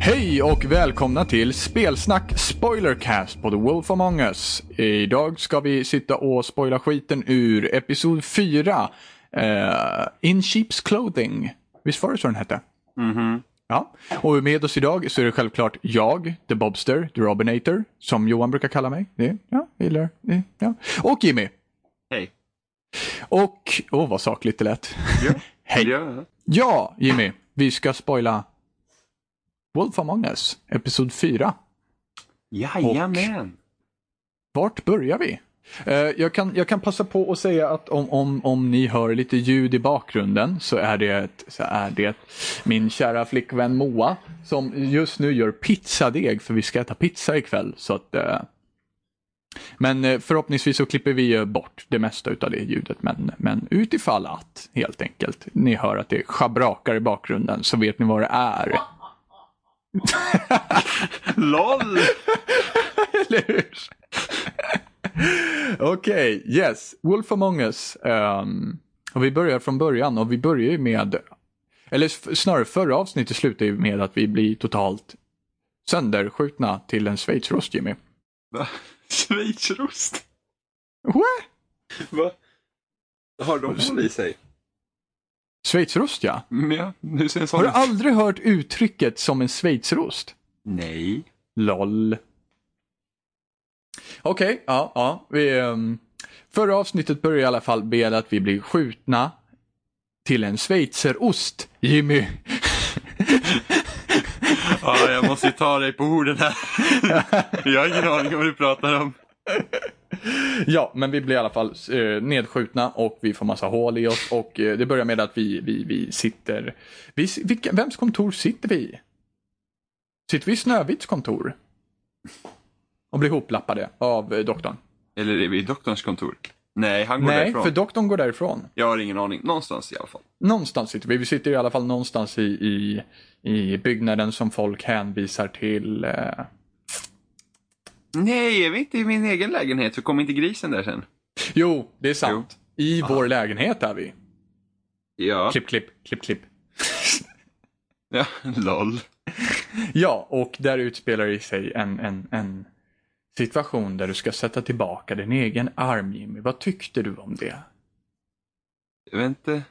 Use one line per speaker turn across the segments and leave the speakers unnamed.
Hej och välkomna till Spelsnack Spoilercast på The Wolf Among Us. Idag ska vi sitta och spoila skiten ur Episod 4. eh, In Sheep's Clothing. Visst var det så den hette?
Mm-hmm.
Ja. Och med oss idag så är det självklart jag, The Bobster, The Robinator, som Johan brukar kalla mig. Det, ja, jag gillar det. Ja. Och Jimmy.
Hej.
Och, åh vad sakligt det lät. Hej.
Ja.
Ja, Jimmy. Vi ska spoila Wolf Among Us, Episod 4.
Jajamän.
Vart börjar vi? Eh, jag, kan, jag kan passa på att säga att om, om, om ni hör lite ljud i bakgrunden så är, det, så är det min kära flickvän Moa som just nu gör pizzadeg för vi ska äta pizza ikväll. Så att, eh, men eh, förhoppningsvis så klipper vi eh, bort det mesta av det ljudet. Men, men utifall att, helt enkelt, ni hör att det schabrakar i bakgrunden så vet ni vad det är.
LOL!
Eller hur? Okej, yes. Wolf Among Us. Ehm, och vi börjar från början och vi börjar ju med, eller f- snarare förra avsnittet slutar ju med att vi blir totalt sönderskjutna till en schweizerost Jimmy.
Va? Schweizerost?
What?
Va? Har de hål i sig?
Schweizerost ja.
Mm, Ja, hur ser
Har
en sån
du
ut?
aldrig hört uttrycket som en schweizerost?
Nej.
LOL. Okej, ja, ja. Vi, ehm, förra avsnittet börjar i alla fall med att vi blir skjutna till en schweizerost, Jimmy.
Ja, jag måste ju ta dig på orden här. Jag har ingen aning om vad du pratar om.
ja, men vi blir i alla fall eh, nedskjutna och vi får massa hål i oss och eh, det börjar med att vi, vi, vi sitter... Vi, si- vilka, vems kontor sitter vi i? Sitter vi i Snövits kontor? Och blir hoplappade av eh, doktorn?
Eller är vi i doktorns kontor? Nej, han går
Nej,
därifrån.
för doktorn går därifrån.
Jag har ingen aning. Någonstans i alla fall.
Någonstans sitter vi. Vi sitter i alla fall någonstans i, i, i byggnaden som folk hänvisar till. Eh...
Nej, är vi inte i min egen lägenhet? Så kom inte grisen där sen?
Jo, det är sant. I vår lägenhet är vi.
Ja.
Klipp, klipp, klipp, klipp.
ja. LOL.
Ja, och där utspelar det sig en, en, en situation där du ska sätta tillbaka din egen arm, Jimmy. Vad tyckte du om det?
Jag vet inte.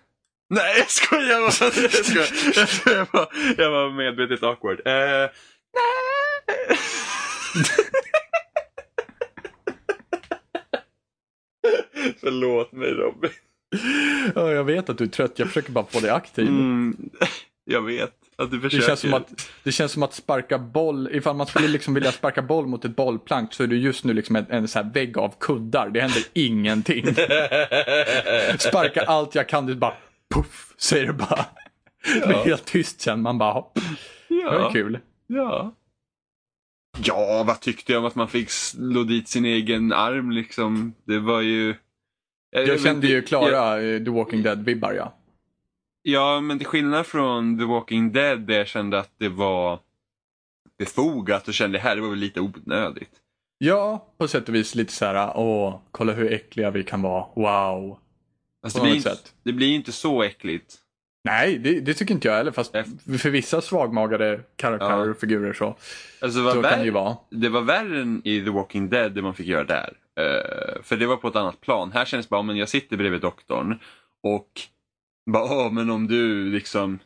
Nej, jag skojar! Jag bara, jag, skojar. Jag, skojar. jag, var, jag var medvetet awkward. Eh, nej! Förlåt mig Robin.
Ja, jag vet att du är trött. Jag försöker bara få dig aktiv.
Mm, jag vet att du
Det
försöker.
känns, som att, det känns som att sparka boll, ifall man skulle liksom vilja sparka boll mot ett bollplank så är du just nu liksom en, en så här vägg av kuddar. Det händer ingenting. Sparka allt jag kan, det bara puff, säger det bara. Det blir
Ja.
helt tyst sen, man bara hopp, det var
ja, Eh,
kul.
ja. ja, vad tyckte jag om att man fick slå dit sin egen arm liksom? Det var ju...
Jag kände ju
Jag-
Klara, eh, The Walking Dead-vibbar ja.
Ja, men till skillnad från The Walking Dead där jag kände att det var befogat och kände här, det var väl lite onödigt.
Ja, på sätt och vis lite så här, åh, kolla hur äckliga vi kan vara, wow.
Alltså,
På
det, blir
något
inte,
sätt.
det blir ju inte så äckligt.
Nej, det, det tycker inte jag heller, fast
Eff-
för vissa svagmagade karaktärer
Ja.
och figurer så,
Alltså, det, var
så kan det ju
värre,
vara.
det var värre än i The Walking Dead det man fick göra där. Eh, för det var på ett annat plan. Här kändes det bara, men jag sitter bredvid doktorn och bara, "Åh, men om du liksom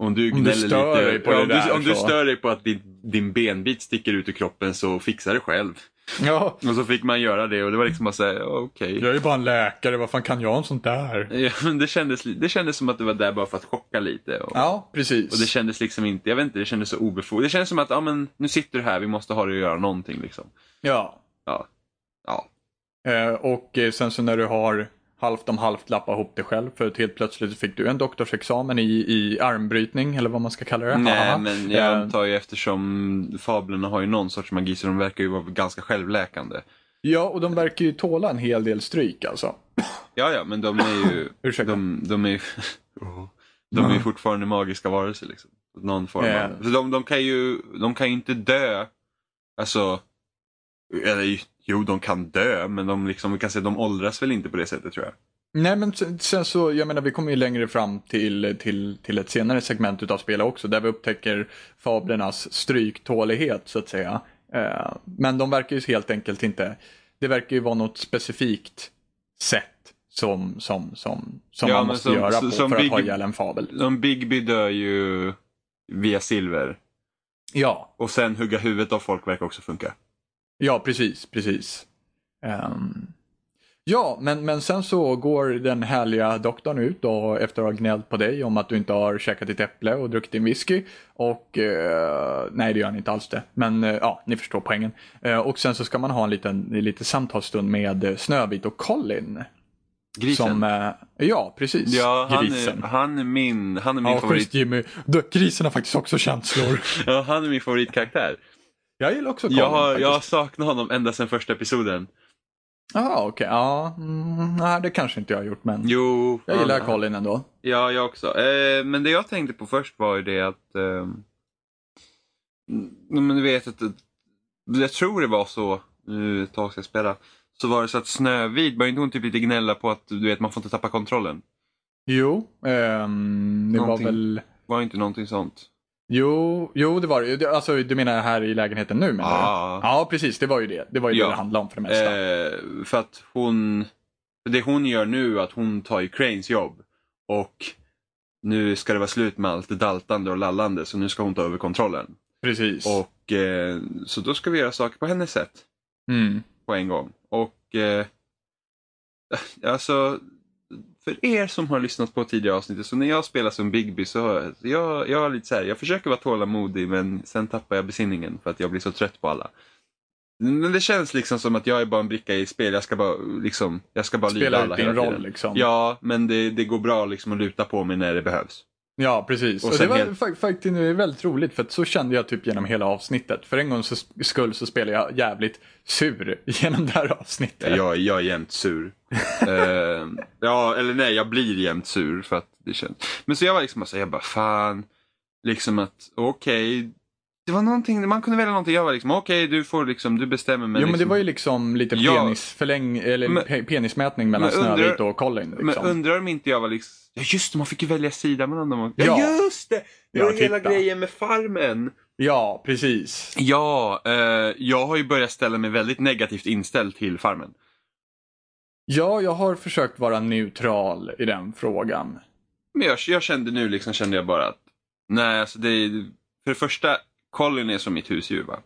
om du,
Om du
gnäller
stör
lite,
dig på
ja,
det
om, du,
där,
om du
så."
stör dig på att din, din benbit sticker ut ur kroppen så fixa det själv.
Ja,
Och så fick man göra det och det var liksom bara såhär, okej.
Jag är ju bara en läkare, vad fan kan jag om sånt där?
Ja, men det, kändes, li- det kändes som att det var där bara för att chocka lite. Och,
Ja, precis.
och det kändes liksom inte, jag vet inte, det kändes så obefogat. Det kändes som att, ja men nu sitter du här, vi måste ha dig att göra någonting liksom.
ja.
Ja. Ja.
Eh, och eh, sen så när du har halvt om halvt lappa ihop det själv för att helt plötsligt fick du en doktorsexamen i, i armbrytning eller vad man ska kalla det. Haha.
Nej men jag
Eh,
antar ju eftersom fablerna har ju någon sorts magi så de verkar ju vara ganska självläkande.
Ja, och de verkar ju tåla en hel del stryk alltså.
Ja, ja, men de är ju,
Ursäkta.
de, de är ju,
Uh-huh.
de är ju fortfarande magiska varelser liksom. Någon form av.
Ja.
Så de, de kan ju, de kan ju inte dö, alltså, eller jo de kan dö men de liksom, vi kan säga de åldras väl inte på det sättet tror jag.
Nej men sen, sen så, jag menar vi kommer ju längre fram till, till, till ett senare segment utav spelet också där vi upptäcker fablernas stryktålighet så att säga. Eh, men de verkar ju helt enkelt inte, det verkar ju vara något specifikt sätt som, som, som, som
Ja,
man
men
måste
som-
göra på
som
för att
Big-
ha ihjäl en fabel.
De Bigby dör ju via silver.
Ja,
Och sen hugga huvudet av folk verkar också funka.
ja precis, precis. Ehm, ja, men, men sen så går den härliga doktorn ut och efter att ha gnällt på dig om att du inte har käkat ditt äpple och druckit din whisky. Och eh, nej, det gör han inte alls det. Men eh, ja, ni förstår poängen. Eh, och sen så ska man ha en liten lite samtalsstund med eh, Snövit och Colin.
Grisen.
Som, eh, ja, precis.
ja, han
grisen.
är, han är min, han är min
Ja,
favorit.
schysst Jimmy. Du, grisen har faktiskt också känslor.
Ja, han är min favoritkaraktär.
Jag gillar också Colin.
Jag har, jag har
faktiskt.
saknat honom ända sedan första episoden.
Ah, okej. Ja, mm, nej, det kanske inte jag har gjort, men.
Jo.
Jag gillar
han-
Colin ändå.
Ja, jag också. Eh, men det jag tänkte på först var ju det att... ehm, mm, men du vet att... att- Jag tror det var så, nu är det ett tag sedan jag spelade. Så var det så att Snövit, började inte hon typ lite gnälla på att du vet, man får inte tappa kontrollen?
Jo, ehm, det
Någonting.
var väl...
Var inte någonting sånt?
Jo, jo, det var det. det. Alltså, du menar här i lägenheten nu menar
Ja.
du? Ja, precis. Det var ju det. Det var ju
Ja.
det det handlade om för det mesta.
Eh, för att hon... Det hon gör nu är att hon tar ju Cranes jobb. Och nu ska det vara slut med allt daltande och lallande så nu ska hon ta över kontrollen.
precis.
Och eh, Så då ska vi göra saker på hennes sätt.
Mm.
på en gång. Och eh, alltså, för er som har lyssnat på tidigare avsnitt, så när jag spelar som Bigby så har jag- jag, jag har lite så här, jag försöker vara tålamodig men sen tappar jag besinningen för att jag blir så trött på alla. Men det känns liksom som att jag är bara en bricka i ett spel, jag ska bara liksom, jag ska bara lyda
Spela
alla
ut din
hela
roll
tiden.
liksom.
Ja, men det, det går bra liksom att luta på mig när det behövs.
Ja, precis.
Och
Och
sen
det var
helt-
fa- faktiskt det är väldigt roligt för att så kände jag typ genom hela avsnittet. För en gång så skull så spelade jag jävligt sur genom det här avsnittet.
Jag, jag är jämt sur. Eh, ja, eller nej, jag blir jämt sur för att det känns. Men så jag var liksom bara så här, jag bara fan. Liksom att okej. det var någonting, man kunde välja någonting. Jag var liksom okej, du får liksom, du bestämmer. Men,
jo,
liksom,
men det var ju liksom lite
Ja.
penisförläng... eller
Men-
pe- penismätning mellan
Men undrar-
Snövit och Colin. Liksom.
men undrar om inte jag var liksom, ja just det, man fick ju välja sida mellan dem. Ja,
Ja.
just det! Det
Ja,
var hela
titta.
grejen med farmen.
Ja, precis.
Ja, eh, jag har ju börjat ställa mig väldigt negativt inställd till farmen.
Ja, jag har försökt vara neutral i den frågan.
Men jag, jag kände nu liksom, kände jag bara att, nej alltså det är, för det första, Colin är som mitt husdjur va.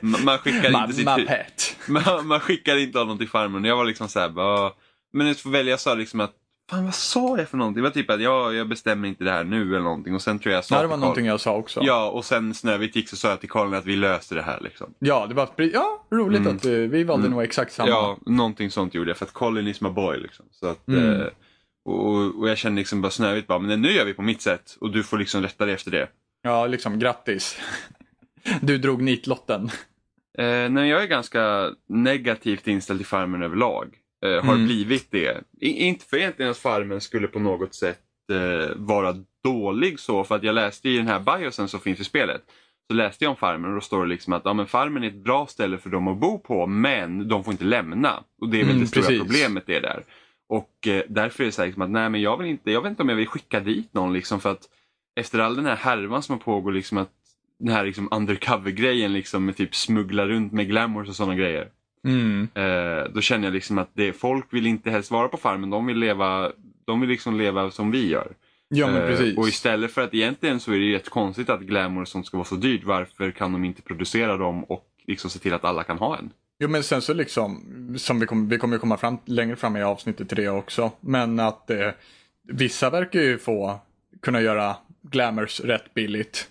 Man, man skickar inte sitt
Mamma
hus-
Pet.
man, man skickar inte honom till farmen. Jag var liksom såhär, bara, "Ah." men att få välja, jag sa liksom att, fan vad sa jag för någonting? Det var typ att, ja jag bestämmer inte det här nu eller någonting. Och sen tror jag jag sa
Ja, det
till
var
Colin-
någonting jag sa också. Ja,
Ja, och sen Snövit gick så sa jag till Colin att vi löser det här liksom.
det var pre- ja, roligt
Mm.
att eh, vi valde nog exakt samma.
Ja, någonting sånt gjorde jag för att Colin is my boy. Liksom. Så att,
Mm.
eh, och, och- och jag kände liksom bara Snövit bara, men nu gör vi på mitt sätt och du får liksom rätta dig efter det.
Ja, liksom grattis. Du drog nitlotten.
Eh, nej, jag är ganska negativt inställd till Farmen överlag. Eh, har
Mm.
blivit det. I, inte för egentligen att Farmen skulle på något sätt eh, vara dålig så, för att jag läste i den här biosen som finns i spelet. Så läste jag om Farmen och då står det liksom att ja, men Farmen är ett bra ställe för dem att bo på, men de får inte lämna. Och det är väl
Mm,
det stora
precis.
problemet det är där. Och eh, därför är det så här liksom att nej, men jag vill inte, jag vet inte om jag vill skicka dit någon liksom för att efter all den här härvan som har pågår, liksom att den här liksom undercover-grejen liksom med typ smuggla runt med glamours och sådana grejer.
Mm.
Eh, då känner jag liksom att det, folk vill inte helst vara på farmen, de vill leva, de vill liksom leva som vi gör.
Ja, men
Eh,
precis.
och istället för att egentligen så är det ju rätt konstigt att glamour och sånt ska vara så dyrt, varför kan de inte producera dem och liksom se till att alla kan ha en?
Jo men sen så liksom, som vi, kom, vi kommer ju komma fram längre fram i avsnittet till det också, men att eh, vissa verkar ju få kunna göra glamours rätt billigt.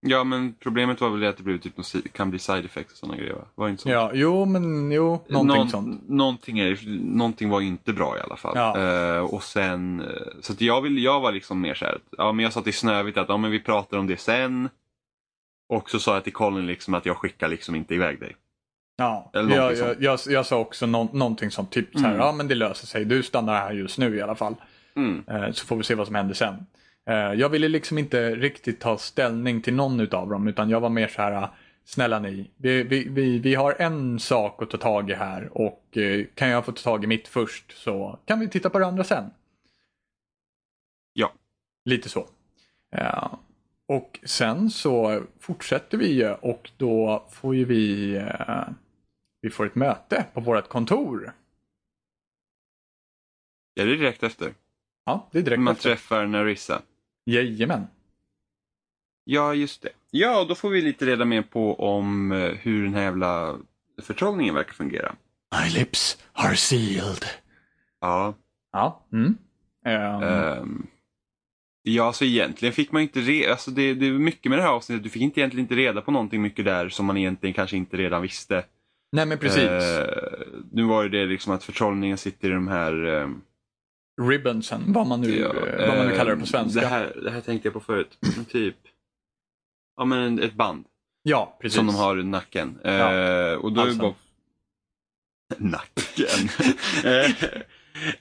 Ja men problemet var väl det att det blev typ någon, si- kan bli side effects och sådana grejer va? Var det inte så?
Ja, jo men jo, någonting
Någon-
sånt.
Någonting, är, någonting var inte bra i alla fall.
Ja.
Eh, och sen, eh, så att jag, vill, jag var liksom mer så här, att, ja, men jag sa till Snövit att ja, men vi pratar om det sen. Och så sa jag till Colin liksom att jag skickar liksom inte iväg dig.
Ja,
Eller någonting
jag, jag, jag, jag sa också nå- någonting som typ så här, ja men det löser sig, du stannar här just nu i alla fall.
Mm.
Eh, så får vi se vad som händer sen. Eh, jag ville liksom inte riktigt ta ställning till någon utav dem utan jag var mer så här, Snälla ni, vi, vi, vi, vi har en sak att ta tag i här och eh, kan jag få ta tag i mitt först så kan vi titta på det andra sen.
Ja.
Lite så. Eh, och sen så fortsätter vi ju och då får ju vi, eh, vi får ett möte på vårt kontor.
Ja, det är direkt efter.
Ja, det är direkt
Man
efter.
träffar Narissa.
Jajamän.
Ja, just det. Ja, då får vi lite reda mer på om eh, hur den här jävla förtrollningen verkar fungera.
My lips are sealed.
Ja,
Ja. Mm. Ehm,
ehm, ja alltså egentligen fick man ju inte reda, alltså det, det är mycket med det här avsnittet, du fick inte egentligen inte reda på någonting mycket där som man egentligen kanske inte redan visste.
nej men precis.
Eh, nu var ju det liksom att förtrollningen sitter i de här... eh,
Ribbonsen, vad man nu,
ja,
vad man nu kallar det på
eh,
svenska.
Det här, det här tänkte jag på förut, Men typ... Ja men ett band
ja, precis.
som de har runt nacken. Eh,
Ja,
och då är det
halsen.
bara... Nacken. Eh,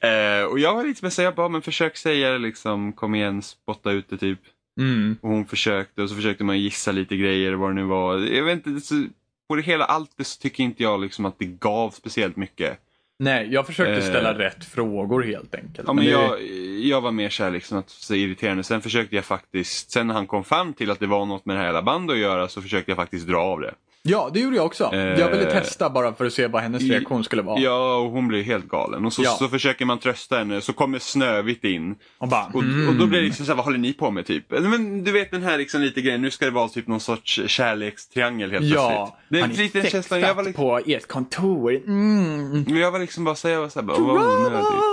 eh, och jag var lite med att säga, bara, men försök säga det liksom, kom igen, spotta ut det typ.
Mm.
Och hon försökte och så försökte man gissa lite grejer vad det nu var. Jag vet inte, så, på det hela allt så tycker inte jag liksom att det gav speciellt mycket.
Nej, jag försökte
Eh.
ställa rätt frågor helt enkelt.
Ja, men
det-
jag, jag var mer så här liksom att så irriterande. Sen försökte jag faktiskt, sen när han kom fram till att det var något med det här hela bandet att göra så försökte jag faktiskt dra av det.
ja, det gjorde jag också.
Eh.
jag ville testa bara för att se vad hennes
I-
reaktion skulle vara.
Ja, och hon blev helt galen. Och så,
Ja.
så försöker man trösta henne, så kommer Snövit in.
Och bara,
Och,
mm.
och då blir det liksom så här, vad håller ni på med typ? Eller, Men du vet den här liksom lite grejen, nu ska det vara typ någon sorts kärlekstriangel helt
Ja,
plötsligt. Det är
har ni
lite den känslan, jag
sextat
var, liksom,
på ert kontor. Mm.
men jag var liksom bara så här, jag var så här, bara, vad onödigt.
Drama!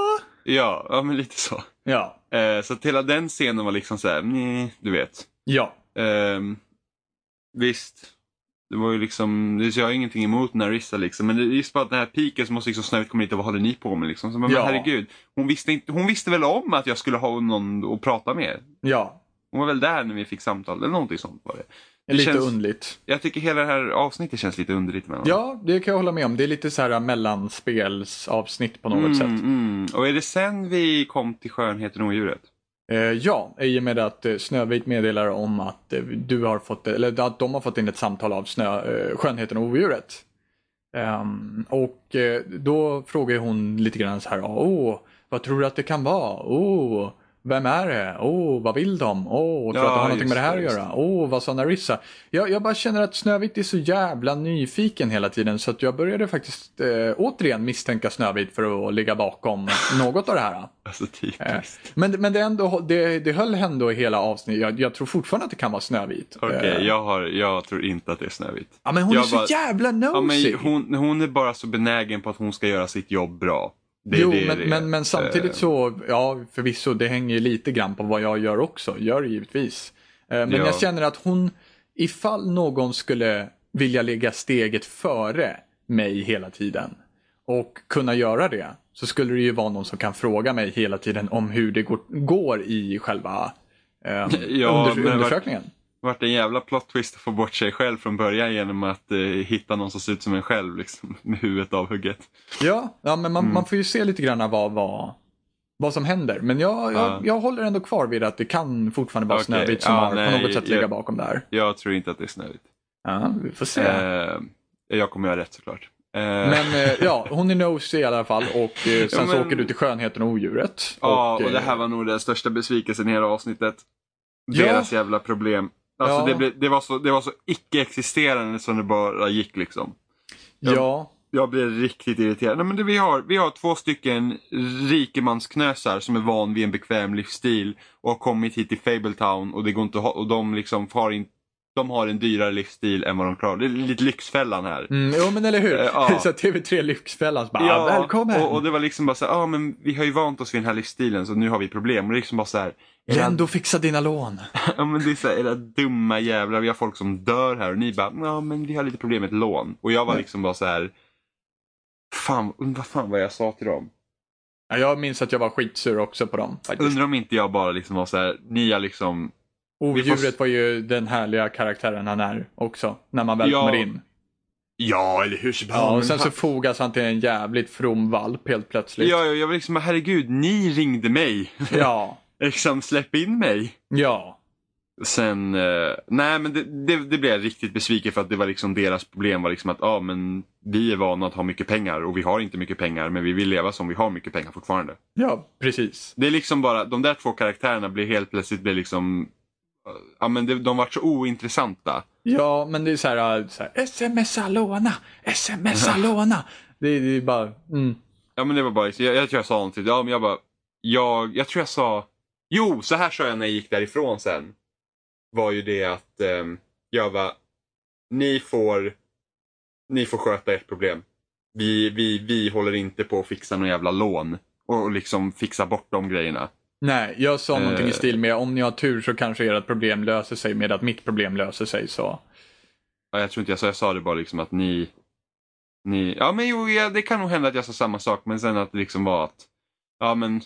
Ja, ja men lite så.
Ja,
Eh, så att hela den scenen var liksom så här, nej, du vet.
ja.
Ehm, visst, det var ju liksom, det- så jag har ingenting emot Narissa liksom, men det är just bara att den här piken som måste liksom snabbt komma hit och vad håller ni på med liksom? Så, men
Ja.
herregud, hon visste, inte, hon visste väl om att jag skulle ha någon att prata med?
Ja,
Hon var väl där när vi fick samtal eller någonting sånt var det. Det
lite
känns-
underligt.
Jag tycker hela det här avsnittet känns lite underligt mellan.
Ja, det kan jag hålla med om. Det är lite så här mellanspelsavsnitt på något
mm,
sätt.
Mm. Och är det sen vi kom till skönheten och odjuret?
Eh, ja, i och med att eh, Snövit meddelar om att eh, du har fått, eller att de har fått in ett samtal av snö, eh, Skönheten och Odjuret. Ehm, och eh, då frågar hon lite grann så här, åh, vad tror du att det kan vara? Åh, vem är det? Åh, vad vill de? Åh, tror du
Ja,
att det har någonting med det
just
här
det,
att
just
göra? Åh, vad sa Narissa? Jag, jag bara känner att Snövit är så jävla nyfiken hela tiden så att jag började faktiskt eh, återigen misstänka Snövit för att ligga bakom något av det här.
Alltså typiskt.
Eh, Men, men det, ändå, det, det höll ändå i hela avsnittet. Jag, jag tror fortfarande att det kan vara Snövit.
Okej,
Eh,
jag, har, jag tror inte att det är Snövit.
ja, men hon
jag
är så
bara-
jävla
Ja,
nosy.
men hon, hon är bara så benägen på att hon ska göra sitt jobb bra. Det är
jo,
det,
men,
det är.
men, men samtidigt
Eh,
så, ja förvisso, det hänger ju lite grann på vad jag gör också. Gör det givetvis. Eh, Men
Ja.
jag känner att hon, ifall någon skulle vilja lägga steget före mig hela tiden och kunna göra det, så skulle det ju vara någon som kan fråga mig hela tiden om hur det går, går i själva eh, under,
men vart-
undersökningen.
Det vart en jävla plot twist att få bort sig själv från början genom att eh, hitta någon som ser ut som en själv liksom, med huvudet avhugget.
Ja, ja men man,
Mm.
man får ju se lite grann vad, vad, vad som händer. Men jag, jag,
Ja.
jag håller ändå kvar vid att det kan fortfarande vara
Okej,
Snövit som
ja,
har på
nej,
något sätt
jag-
ligga bakom det här.
Jag tror inte att det är Snövit.
Ja, vi får se.
Eh, jag kommer göra rätt såklart. Eh,
Men eh, ja, hon är nosy i alla fall och eh, sen
Ja,
så
men-
åker du till skönheten och odjuret.
Ja, och
eh,
det här var nog den största besvikelsen i hela avsnittet.
Ja.
Deras jävla problem. Alltså
Ja.
det, blev, det, var så, det var så icke-existerande som det bara gick liksom.
eh, Ja,
Jag blev riktigt irriterad. Nej, men det, vi, har, vi har två stycken rikemansknösar som är van vid en bekväm livsstil och har kommit hit till Fabletown och det går inte att ha, och de liksom har, in, de har en dyrare livsstil än vad de klarar. Det är lite Lyxfällan här.
mm, jo men eller hur.
Eh, ja.
så TV3 Lyxfällan så bara, ja, välkommen!
Och, och det var liksom bara så här, ja men vi har ju vant oss vid den här livsstilen så nu har vi problem. Och det är liksom bara så här, era
Lendo fixa dina lån.
Ja men det är så här, era dumma jävlar, vi har folk som dör här och ni bara, ja men vi har lite problem med ett lån. Och jag var liksom bara så här, fan, undrar fan vad jag sa till dem.
Ja, jag minns att jag var skitsur också på dem. Faktiskt.
Undrar om inte jag bara liksom var så här, ni har liksom,
Odjuret
vi får-
var ju den härliga karaktären han är också, när man väl
Ja.
kommer in.
ja eller hur, så bara,
Ja,
men
och sen
fan-
så fogas han till en jävligt from valp helt plötsligt.
Ja, ja, jag var liksom bara, herregud, ni ringde mig.
ja.
liksom, släpp in mig.
ja.
Sen, eh, nej men det, det, det blev jag riktigt besviken för att det var liksom deras problem var liksom att ah, men vi är vana att ha mycket pengar och vi har inte mycket pengar men vi vill leva som vi har mycket pengar fortfarande.
Ja, precis.
Det är liksom bara, de där två karaktärerna blir helt plötsligt blir liksom, eh, ja men det, de vart så ointressanta.
Ja, men det är så här, äh, så här smsa låna, smsa låna. Det, är- det är bara, mm.
Ja men det var bara, jag, jag tror jag sa någonting. Ja men jag bara, jag, jag tror jag sa, jo så här sa jag när jag gick därifrån sen. Var ju det att ehm, jag var, ni får, ni får sköta ert problem. Vi, vi, vi håller inte på att fixa någon jävla lån. Och, och liksom fixa bort de grejerna.
Nej, jag sa någonting i
Eh.
stil med om ni har tur så kanske ert problem löser sig med att mitt problem löser sig. Så.
Ja, jag tror inte jag sa, jag sa det bara liksom att ni, ni ja men jo ja, det kan nog hända att jag sa samma sak men sen att det liksom var att, ja men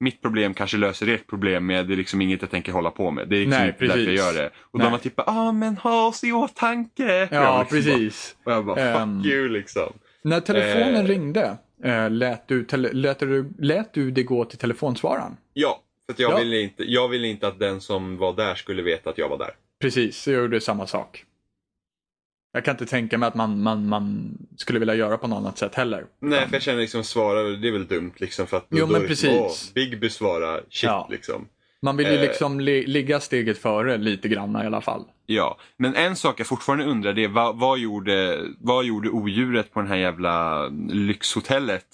mitt problem kanske löser ert problem men det är liksom inget jag tänker hålla på med. Det är liksom
Nej,
inte därför jag
precis.
gör det. Och
Nej.
de var typ ah men ha oss i åtanke. Och jag var
Ja,
liksom
precis.
Bara, och jag bara fuck
Ehm.
you liksom.
När telefonen
Eh.
ringde, eh, lät, du tele- lät, du, lät du det gå till telefonsvararen?
Ja, för att jag,
Ja.
Ville inte, jag ville inte att den som var där skulle veta att jag var där.
Precis, så jag gjorde samma sak. Jag kan inte tänka mig att man, man, man skulle vilja göra på något annat sätt heller.
Nej, för jag känner liksom svara, det är väl dumt liksom för att
Jo,
då
men
är det-
precis.
åh, Bigby svarar shit
Ja.
liksom.
Man vill ju
Eh.
liksom li- ligga steget före lite grann i alla fall.
Ja, men en sak jag fortfarande undrar det är vad, vad, gjorde, vad gjorde odjuret på den här jävla lyxhotellet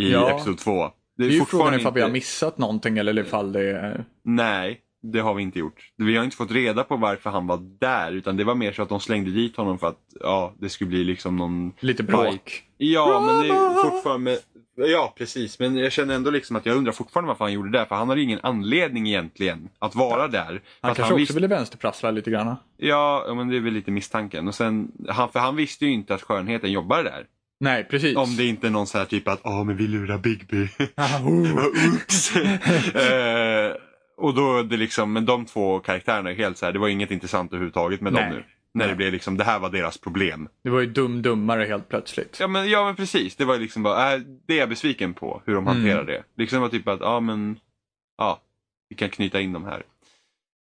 i
Ja.
Episod 2?
Det är ju frågan ifall vi har
inte- Mm.
missat någonting eller ifall det är...
Nej, det har vi inte gjort. Vi har inte fått reda på varför han var där utan det var mer så att de slängde dit honom för att ja, det skulle bli liksom någon...
Lite bråk.
Fight. Ja, men det är fortfarande... Ja, precis. Men jag känner ändå liksom att jag undrar fortfarande varför han gjorde det. För han hade ju ingen anledning egentligen att vara där.
Han
Att
kanske också ville vänsterprassla lite grann.
Ja, ja, men det är väl lite misstanken. Och sen, han, för han visste ju inte att skönheten jobbade där.
Nej, precis.
Om det inte är någon så här typ att ja men vi lurar Bigby.
Ah, oh.
Oops. eh, och då är det liksom, men de två karaktärerna är helt så här, det var inget intressant överhuvudtaget med
Nej.
dem nu. När
Nej.
det blev liksom, det här var deras problem.
Det var ju dum dummare helt plötsligt.
Ja men, ja, men precis, det var ju liksom bara, äh, det är jag besviken på hur de
Mm.
hanterar det. Liksom det var typ att, ja men, ja, vi kan knyta in dem här.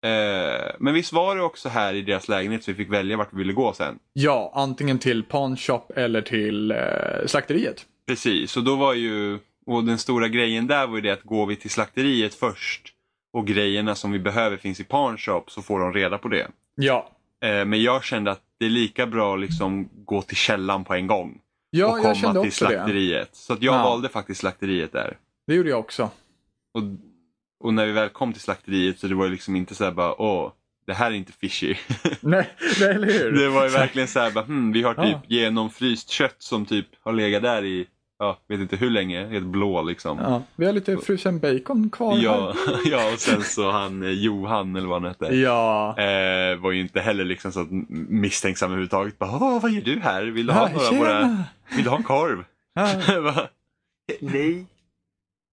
Eh, men visst var det också här i deras lägenhet så vi fick välja vart vi ville gå sen?
Ja, antingen till pawn shop eller till eh, slakteriet.
Precis, och då var ju, och den stora grejen där var ju det att går vi till slakteriet först och grejerna som vi behöver finns i Pawnshop så får de reda på det.
Ja,
Eh, men jag kände att det är lika bra att liksom gå till källan på en gång och
ja
komma
jag kände
till
också det.
slakteriet. Så att jag
Ja.
valde faktiskt slakteriet där.
Det gjorde jag också.
Och, och när vi väl kom till slakteriet så det var ju liksom inte så här bara åh, det här är inte fishy.
Nej, nej eller hur?
det var ju verkligen så här bara, hmm, vi har typ
Ja.
genomfryst kött som typ har legat där i, ja, vet inte hur länge, helt blå liksom.
Ja, vi har lite frusen bacon kvar
Ja, ja och sen så han eh, Johan eller vad han hette.
här. Ja.
Eh, var ju inte heller liksom så att m- misstänksam överhuvudtaget. Bara, "Åh, vad gör du här? Vill du ha
Ah,
några av
tjena.
våra... Vill du ha en korv?
Ja.
Bara, Nej.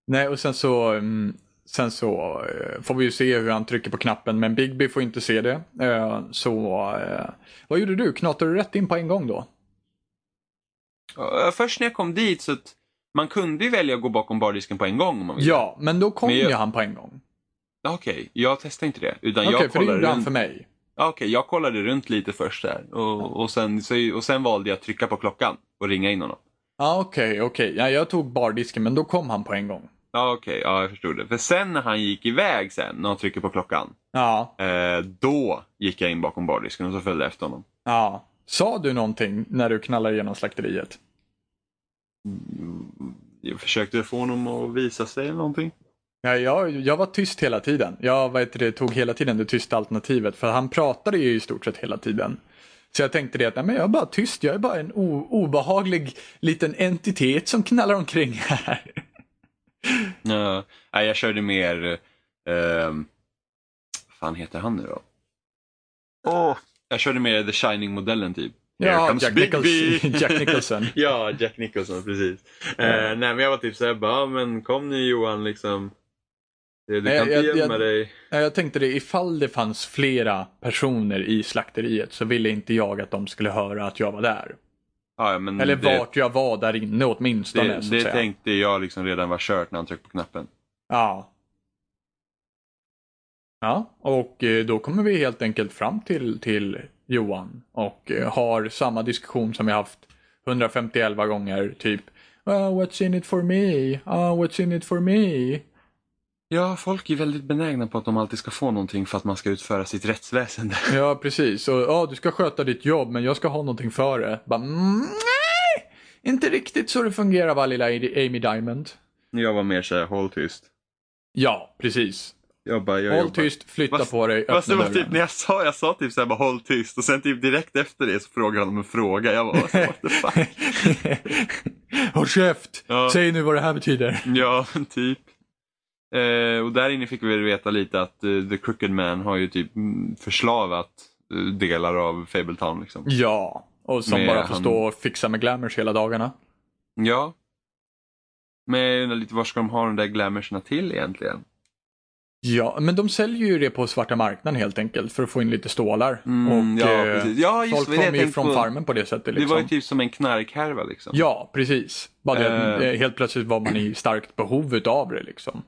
Nej, och sen så, mm, sen så eh, får vi ju se hur han trycker på knappen, men Bigby får inte se det. Eh, Så, eh, vad gjorde du? Knatade du rätt in på en gång då?
Ja, Först när jag kom dit så att man kunde ju välja att gå bakom bardisken på en gång om man ville.
Ja, men då kom
Men jag-
ju han på en gång.
Ja, Okej, jag testade inte det. Utan
Okej,
jag
för det
kollade
gjorde han
runt.
för mig.
Ja, Okej, jag kollade runt lite först där. Och, och, sen, så, och sen valde jag att trycka på klockan och ringa in honom.
Ja, okej, okej. Ja, jag tog bardisken, men då kom han på en gång.
Ja, Okej, ja jag förstod det. För sen när han gick iväg sen, när han trycker på klockan.
Ja,
Eh, då gick jag in bakom bardisken och så följde jag efter honom.
ja. Sa du någonting när du knallade igenom slakteriet?
Mm, Jag försökte få honom att visa sig eller någonting.
Ja, jag, jag var tyst hela tiden. Jag vad heter det, tog hela tiden det tysta alternativet för han pratade ju i stort sett hela tiden. Så jag tänkte det att nej, men jag är bara tyst, jag är bara en o- obehaglig liten entitet som knallar omkring här.
Eh, Nej, jag körde mer... Eh, vad fan heter han nu då? Åh, Jag körde mer The Shining-modellen typ. Here
Ja,
comes
Jack,
Big
Nichols-
B.
Jack Nicholson.
ja, Jack Nicholson, precis. Eh, nej, men jag var typ såhär, bara, "Ja, men kom nu Johan liksom. Du du
Nej,
kan
jag-
inte gömma
jag-
dig.
Ja, Jag tänkte det, ifall det fanns flera personer i slakteriet så ville inte jag att de skulle höra att jag var där.
Ja, ja, men
Eller
Mm, det,
vart jag var där inne åtminstone.
det,
så att
det
säga.
tänkte jag liksom redan var kört när han tryckte på knappen.
Ja. Ja, och eh, då kommer vi helt enkelt fram till, till Johan och
Mm.
eh, har samma diskussion som vi haft 151 gånger, typ oh, What's in it for me? Oh, what's in it for me?
Ja, folk är väldigt benägna på att de alltid ska få någonting för att man ska utföra sitt rättsväsende.
Ja, precis. Och, ja, du ska sköta ditt jobb, men jag ska ha någonting för det. Bara, "Mm, nej! Inte riktigt så det fungerar, va, lilla Amy Diamond.
Jag var mer såhär, håll tyst.
Ja, precis.
Jag bara, jag
Håll
jobbar.
tyst, flytta
Fast-
på dig, öppna
Fast det var typ
dörren.
när jag sa, jag sa typ såhär bara håll tyst och sen typ direkt efter det så frågade han om en fråga. Jag bara, what the fuck?
Håll käft!
Ja.
Säg nu vad det här betyder.
ja, men typ. Eh, och där inne fick vi väl veta lite att eh, The Crooked Man har ju typ mm, förslavat eh, delar av Fabletown liksom.
Ja, och som
Med
bara får
han-
stå och fixa med glamours hela dagarna.
Ja. Men jag undrar lite, var ska de ha de där glamoursna till egentligen?
Ja, men de säljer ju det på svarta marknaden helt enkelt för att få in lite stålar.
Mm,
och
ja,
eh,
precis. Ja, just
folk
det, det jag
kommer ju
tänkte
från
på.
farmen på det sättet. Liksom.
Det var ju typ som en knarkhärva liksom.
Ja, precis. Bara det,
Eh.
eh, helt plötsligt var man i starkt behov utav det liksom.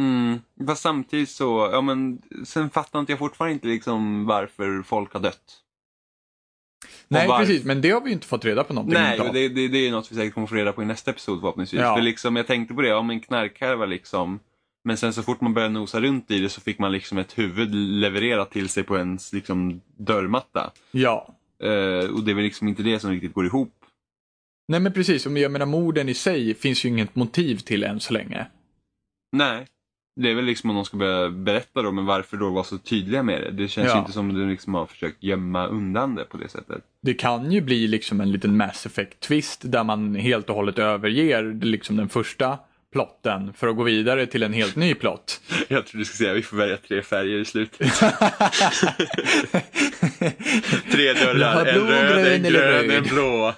Mm. Fast samtidigt så, ja men sen fattar inte jag fortfarande inte liksom varför folk har dött.
Nej,
varför-
precis, men det har vi ju inte fått reda på någonting
Nej,
utav.
och det, det, det är ju något vi säkert kommer få reda på i nästa episod förhoppningsvis.
Ja.
För liksom, jag tänkte på det, om en knarkhärva liksom. Men sen så fort man började nosa runt i det så fick man liksom ett huvud levererat till sig på ens liksom, dörrmatta.
Ja.
Eh, och det är väl liksom inte det som riktigt går ihop.
Nej, men precis. Men Jag menar, morden i sig finns ju inget motiv till än så länge.
Nej. Det är väl liksom om de ska börja berätta då, men varför då vara så tydliga med det? Det känns
Ja.
ju inte som att de liksom har försökt gömma undan det på det sättet.
Det kan ju bli liksom en liten Mass Effect-twist där man helt och hållet överger liksom den första plotten för att gå vidare till en helt ny plott.
Jag tror du ska säga vi får välja tre färger i slutet. Tre
Jag har
dörrar, en
blå,
röd, en
grön eller röd.
grön, en blå.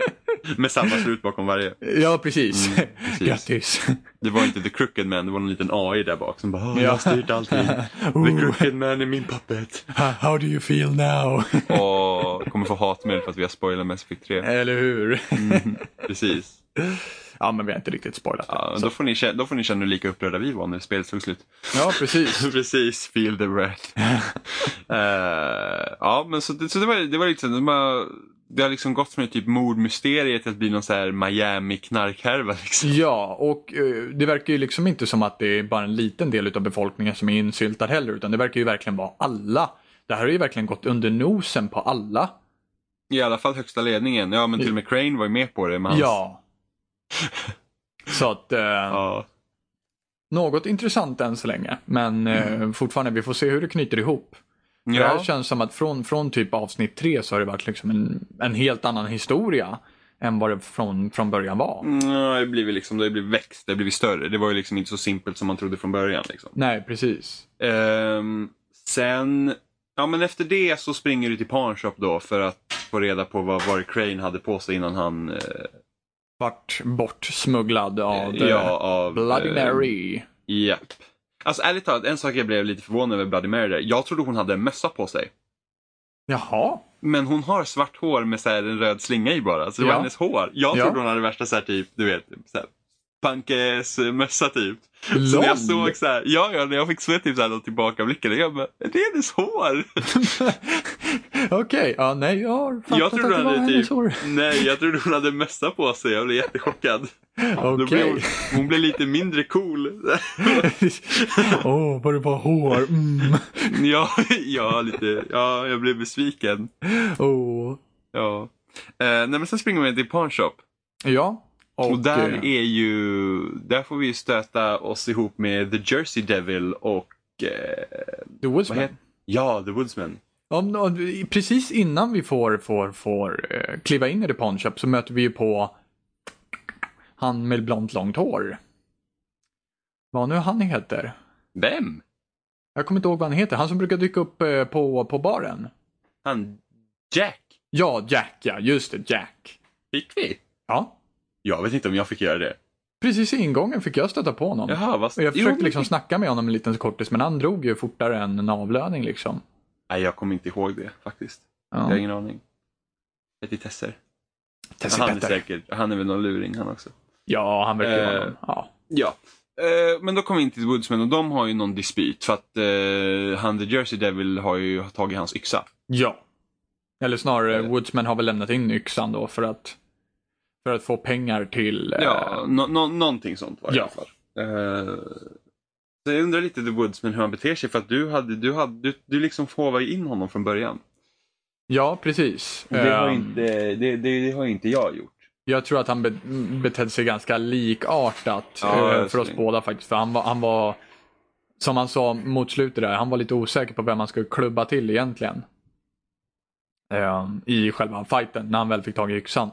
Med samma slut bakom varje.
ja, precis.
Mm, precis.
Grattis.
Det var inte The Crooked Man, det var någon liten AI där bak som bara "Åh, jag
Ja.
har styrt allting. The
Ooh,
Crooked Man är min puppet.
how do you feel now?
Och kommer få hatmejl för att vi har spoilat Mass Effect 3.
Eller hur?
Mm. Precis.
Ja, men vi har inte riktigt spoilat det.
Ja, då, får ni, kä- då får ni känna hur lika upprörda vi var när spelet tog slut.
Ja, precis.
Precis, feel the breath. Eh, ja, men så, det- så det var, det var liksom, de har, det har liksom gått från ett typ mordmysteriet till att bli någon så här Miami-knarkhärva. Liksom.
Ja, och eh, det verkar ju liksom inte som att det är bara en liten del av befolkningen som är insyltad heller, utan det verkar ju verkligen vara alla. Det här har ju verkligen gått under nosen på alla.
I alla fall högsta ledningen. Ja, men till och med Crane var ju med på det. Med hans,
Ja. Så att, eh,
ja.
något intressant än så länge, men eh, fortfarande, vi får se hur det knyter ihop. För Det här
Mm. Ja.
känns som att från, från typ avsnitt tre så har det varit liksom en, en helt annan historia än vad det från, från början var.
Mm, ja, det har blivit liksom, det har blivit växt, det har blivit större. Det var ju liksom inte så simpelt som man trodde från början. Liksom.
Nej, precis.
Ehm, sen, ja men efter det så springer du till Pawnshop då för att få reda på vad, vad Crane hade på sig innan han eh,
Vart bortsmugglad av eh,
Ja, av...
Bloody
eh,
Mary.
Japp. Alltså ärligt talat, en sak jag blev lite förvånad över Bloody Mary där. Jag trodde hon hade en mössa på sig.
Jaha.
Men hon har svart hår med så här en röd slinga i bara. Så det
Ja.
var hennes hår. Jag
Ja.
trodde hon hade värsta så här typ, du vet, så här, punkes mössa typ. Så när jag såg så här, ja, ja, när jag fick se typ så här de tillbakablickade, jag bara, är det hennes hår?
Okej, ja nej jag har fattat
jag trodde
att det
hon
var
hade
hennes
typ,
hår.
nej, jag trodde hon hade mössa på sig. Jag blev jättechockad. Då blev
Okej.
hon, hon blev lite mindre cool.
Åh, vad det var hår. Mm.
Ja, ja, lite, ja, jag blev besviken.
Åh.
Ja. Eh, nej, men sen springer man till Pawnshop.
Ja.
Och, där
eh,
är ju, där får vi ju stöta oss ihop med The Jersey Devil och, eh,
The Woodsman.
vad heter Ja, The Woodsman.
Om, om, eh, precis innan vi får, får, får eh, kliva in i The Pawn Shop så möter vi ju på han med blont långt hår. Vad nu han heter.
Vem?
Jag kommer inte ihåg vad han heter. Han som brukar dyka upp eh, på, på baren.
Han Jack.
Ja, Jack ja. Just det, Jack.
Fick vi?
Ja.
Jag vet inte om jag fick göra det.
Precis i ingången fick jag stöta på honom.
Jaha, vad...
Och jag
Jo,
försökte
men-
liksom snacka med honom en liten kortis, men han drog ju fortare än en avlöning liksom.
Nej, jag kommer inte ihåg det faktiskt. Jag har
Ja.
ingen aning. Petitesser.
Tessie
Han är
Petter.
säkert, han är väl någon luring han också.
Ja, han verkar ju vara
Eh,
någon. Ja.
Ja. Eh, men då kom vi in till Woodsman och de har ju någon dispyt för att eh, han The Jersey Devil har ju tagit hans yxa.
Ja. Eller snarare,
Eh.
Woodsman har väl lämnat in yxan då för att, för att få pengar till... eh,
Ja, no, no, någonting sånt var det
Ja.
i alla fall. Eh, så jag undrar lite The Woodsman hur han beter sig för att du, hade, du, hade, du, du liksom håvade in honom från början.
ja precis.
Det har,
Ehm,
inte, det, det, det har inte jag gjort.
Jag tror att han be- betedde sig ganska likartat
Ja,
eh,
jag
för oss
ser.
båda faktiskt. För han var, han var, som han sa mot slutet där, han var lite osäker på vem han skulle klubba till egentligen. Eh, I själva fighten, när han väl fick tag i yxan.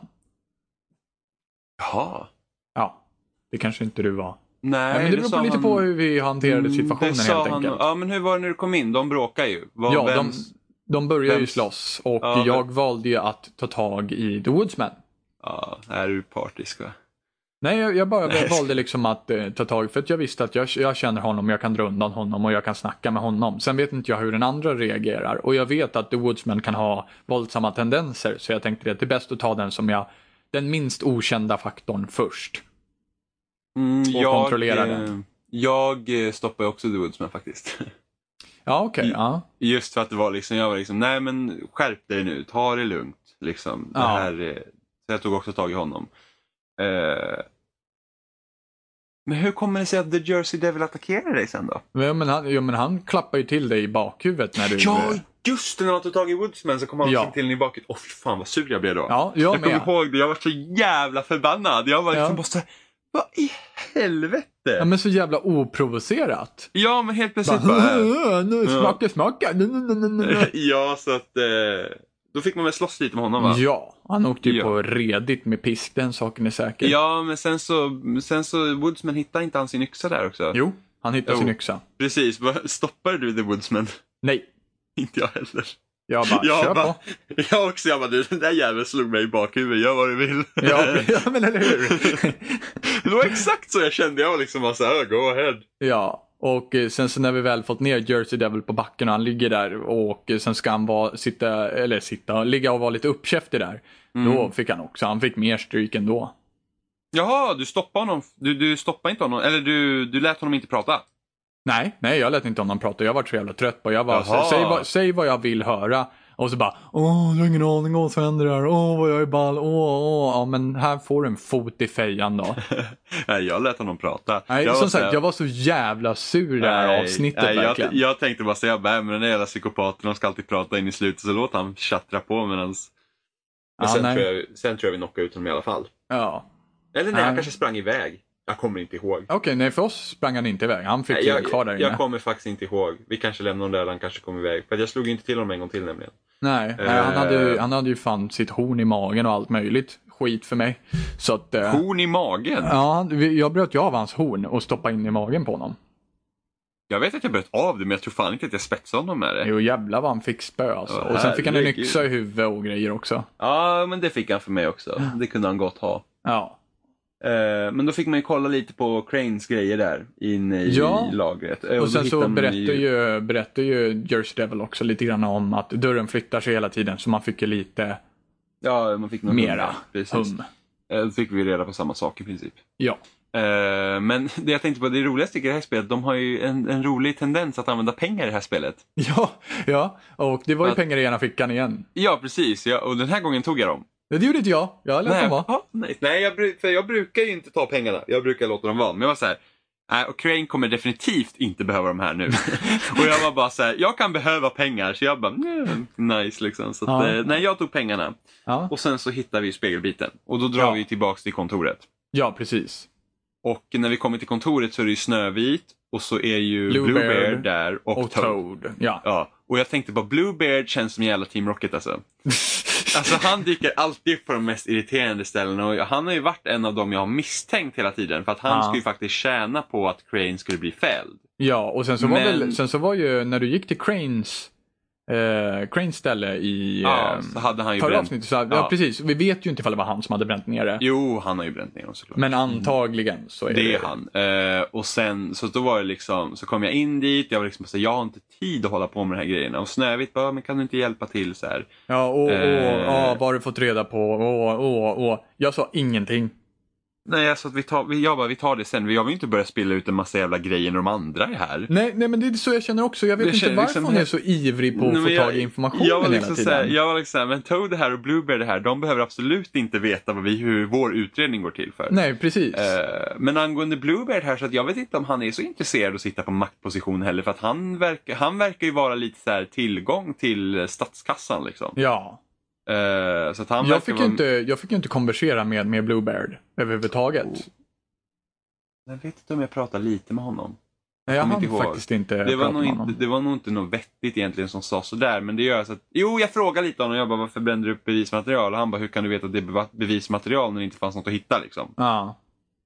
Jaha.
Ja, det kanske inte du var.
Nej,
Nej, men det beror
sa
på lite
han-
på hur vi hanterade
Mm,
situationen
det sa
helt
han-
enkelt.
Ja, men hur var det när du kom in? De bråkar ju. Vad,
ja, de,
vems-
de började ju
vems-
slåss och
Ja, men-
jag valde ju att ta tag i The Woodsman.
ja, är du partisk va?
Nej, jag, jag bara
Nej, jag ska-
valde liksom att eh, ta tag för att jag visste att jag, jag känner honom, jag kan dra undan honom och jag kan snacka med honom. Sen vet inte jag hur den andra reagerar och jag vet att The Woodsman kan ha våldsamma tendenser så jag tänkte att det är bäst att ta den som jag, den minst okända faktorn först.
Mm,
Och kontrollerar
eh,
den.
Jag eh, stoppade också The Woodsman faktiskt.
Ja, okej.
I-
ja.
Just för att det var liksom, jag var liksom, nej men skärp dig nu, ta det lugnt. Liksom. Det
Ja.
här, eh, så jag tog också tag i honom. Eh, men hur kommer det sig att The Jersey Devil attackerar dig sen då?
Men, men, han, jo, men han klappar ju till dig i bakhuvudet när du... eh,
Ja, just det! När man tog tag i Woodsman så kom han
Ja.
liksom till en i baket. Åh, fy fan vad sur jag blev då.
ja
jag
jag
kommer
med.
ihåg det, jag var så jävla förbannad. Jag var liksom
Ja.
bara så här, vad i helvete?
Ja, men så jävla oprovocerat.
helt plötsligt bara... äh.
Bara, nu
Ja.
smaka, smaka. Nu, nu, nu, nu, nu.
ja, så att eh, då fick man väl slåss lite med honom va?
Ja, han åkte ju
Ja.
på redigt med pisk, den saken är säker.
Ja, men sen så, sen så Woodsman hittade inte han sin yxa där också.
Jo, han hittade
Jo.
sin yxa.
Precis, vad- stoppade du The Woodsman?
Nej,
Inte jag heller.
jag bara,
Jag
kör
bara-
på.
Jag också, jag bara, du, den där jäveln slog mig i bakhuvudet, gör vad du vill.
Ja, ja, men eller hur.
det var exakt så jag kände, jag var liksom bara såhär, go ahead.
ja, och eh, sen så när vi väl fått ner Jersey Devil på backen och han ligger där och eh, sen ska han vara, sitta, eller sitta, ligga och vara lite uppkäftig där.
Mm.
Då fick han också, han fick mer stryk ändå.
Jaha, du stoppade honom, du, du stoppade inte honom, eller du, du lät honom inte prata.
Nej, nej, jag lät inte honom prata. Jag var så jävla trött på. Jag bara,
Jaha.
säg, vad, säg vad jag vill höra. Och så bara, åh, du har ingen aning om vad som händer här. Åh, vad jag är ball. Åh, åh. Ja, men här får du en fot i fejan då.
Nej, jag lät honom prata.
Nej,
jag
som
var så
sagt,
här-
jag var så jävla sur i det här
Nej,
avsnittet
nej,
verkligen.
Jag, jag tänkte bara säga, jag bara, "Äh, men den där jävla psykopaten, de ska alltid prata in i slutet, så låt han tjattra på medans... Men
Ja,
sen,
nej.
tror jag, sen tror jag vi knockade ut honom i alla fall.
Ja.
Eller nej,
Nej.
han kanske sprang iväg. Jag kommer inte ihåg.
Okej, nej för oss sprang han inte iväg. Han fick
Nej,
ligga kvar där
jag,
inne.
jag kommer faktiskt inte ihåg. Vi kanske lämnar honom där, han kanske kom iväg. För att jag slog ju inte till honom en gång till nämligen.
Nej, nej han,
Eh.
hade ju, han hade ju fan sitt horn i magen och allt möjligt skit för mig. Så att... Eh,
Horn i magen?
ja, han- vi- jag bröt ju av hans horn och stoppade in i magen på honom.
Jag vet att jag bröt av det, men jag tror fan inte att jag spetsade honom med det.
Jo jävlar vad han fick spö alltså.
Ja,
och sen fick han en
herregud.
yxa i huvudet och grejer också.
Ja, men det fick han för mig också. Det kunde han gott ha.
Ja.
Eh, Men då fick man ju kolla lite på Cranes grejer där inne i
Ja.
lagret. Eh, då
Och sen
hittade
så
man
berättar ju, berättar ju Jersey Devil också lite grann om att dörren flyttar sig hela tiden så man fick ju lite
Ja, man fick någon
mera
Precis.
hum.
Eh, Då fick vi reda på samma sak i princip.
Ja.
Eh, Men det jag tänkte på, det roligaste i det här spelet, de har ju en, en rolig tendens att använda pengar i det här spelet.
Ja, ja. Och det var ju
Att-
pengar i ena fickan igen.
Ja, precis. Ja, och den här gången tog jag dem.
Det gjorde inte jag. Jag lät dem
Nej,
vara.
ja, nej. nej jag, bru- för jag brukar ju inte ta pengarna. Jag brukar låta dem vara. Men jag var så här, nej, och Crane kommer definitivt inte behöva de här nu. och jag var bara så här, jag kan behöva pengar. Så jag bara, mm, nice liksom. Så att,
Ja.
eh, nej, jag tog pengarna.
Ja,
Och sen så hittar vi ju spegelbiten. Och då drar
Ja.
vi tillbaks till kontoret.
ja precis.
Och när vi kommer till kontoret så är det ju Snövit och så är ju
Blue
Bluebeard
Bear
där och,
Och
Toad.
Toad. Ja.
Ja, och jag tänkte bara Bluebeard känns som jävla Team Rocket alltså. Alltså han dyker alltid upp på de mest irriterande ställena och han har ju varit en av dem jag har misstänkt hela tiden för att han
Ja.
skulle ju faktiskt tjäna på att Crane skulle bli fälld.
ja, och sen så, var
Men-
väl, sen så var ju när du gick till Cranes, eh, Cranes ställe i
Ja,
eh,
så hade han ju
förra
bränt.
avsnittet. Så, ja.
Ja.
precis. Vi vet ju inte ifall det var han som hade bränt ner det.
Jo, han har ju bränt ner honom såklart.
Men antagligen så är Alltså. det,
Det är han. Eh, och sen så då var det liksom, så kom jag in dit, jag var liksom såhär, jag har inte tid att hålla på med de här grejerna. Och Snövit bara, men kan du inte hjälpa till så här?
Ja, och, och,
Eh.
ja, vad har du fått reda på? Och, och, och. Jag sa ingenting.
Nej, alltså att vi tar, vi- jag bara, vi tar det sen. Jag vill inte börja spilla ut en massa jävla grejer när de andra är här.
Nej, nej, men det är så jag känner också. Jag vet
Jag
inte
känner
varför
liksom-
hon är så ivrig på att
Nej,
få
men jag-
tag i informationen
jag var liksom
hela tiden.
Så här, jag var liksom så här, men Toad det här och Blueberry det här, de behöver absolut inte veta vad vi, hur vår utredning går till för.
Nej, precis.
Eh, Men angående Bluebeard här, så att jag vet inte om han är så intresserad av att sitta på maktposition heller. För att han verkar, han verkar ju vara lite så här tillgång till statskassan liksom.
ja.
Eh, Så att han
Jag
verkar
fick, ju
vara-
inte, jag fick ju inte konversera med, med Bluebeard
Oh,
överhuvudtaget.
Jag vet inte om jag pratade lite med honom.
nej, jag
kommer
hann
inte ihåg.
faktiskt inte
Det var,
prata
nog
med honom.
inte, det var nog inte något vettigt egentligen som sades sådär. Men det gör så att, jo jag frågade lite honom, jag bara varför brände du upp bevismaterial? Och han bara hur kan du veta att det är beva- bevismaterial när det inte fanns något att hitta liksom?
Ja,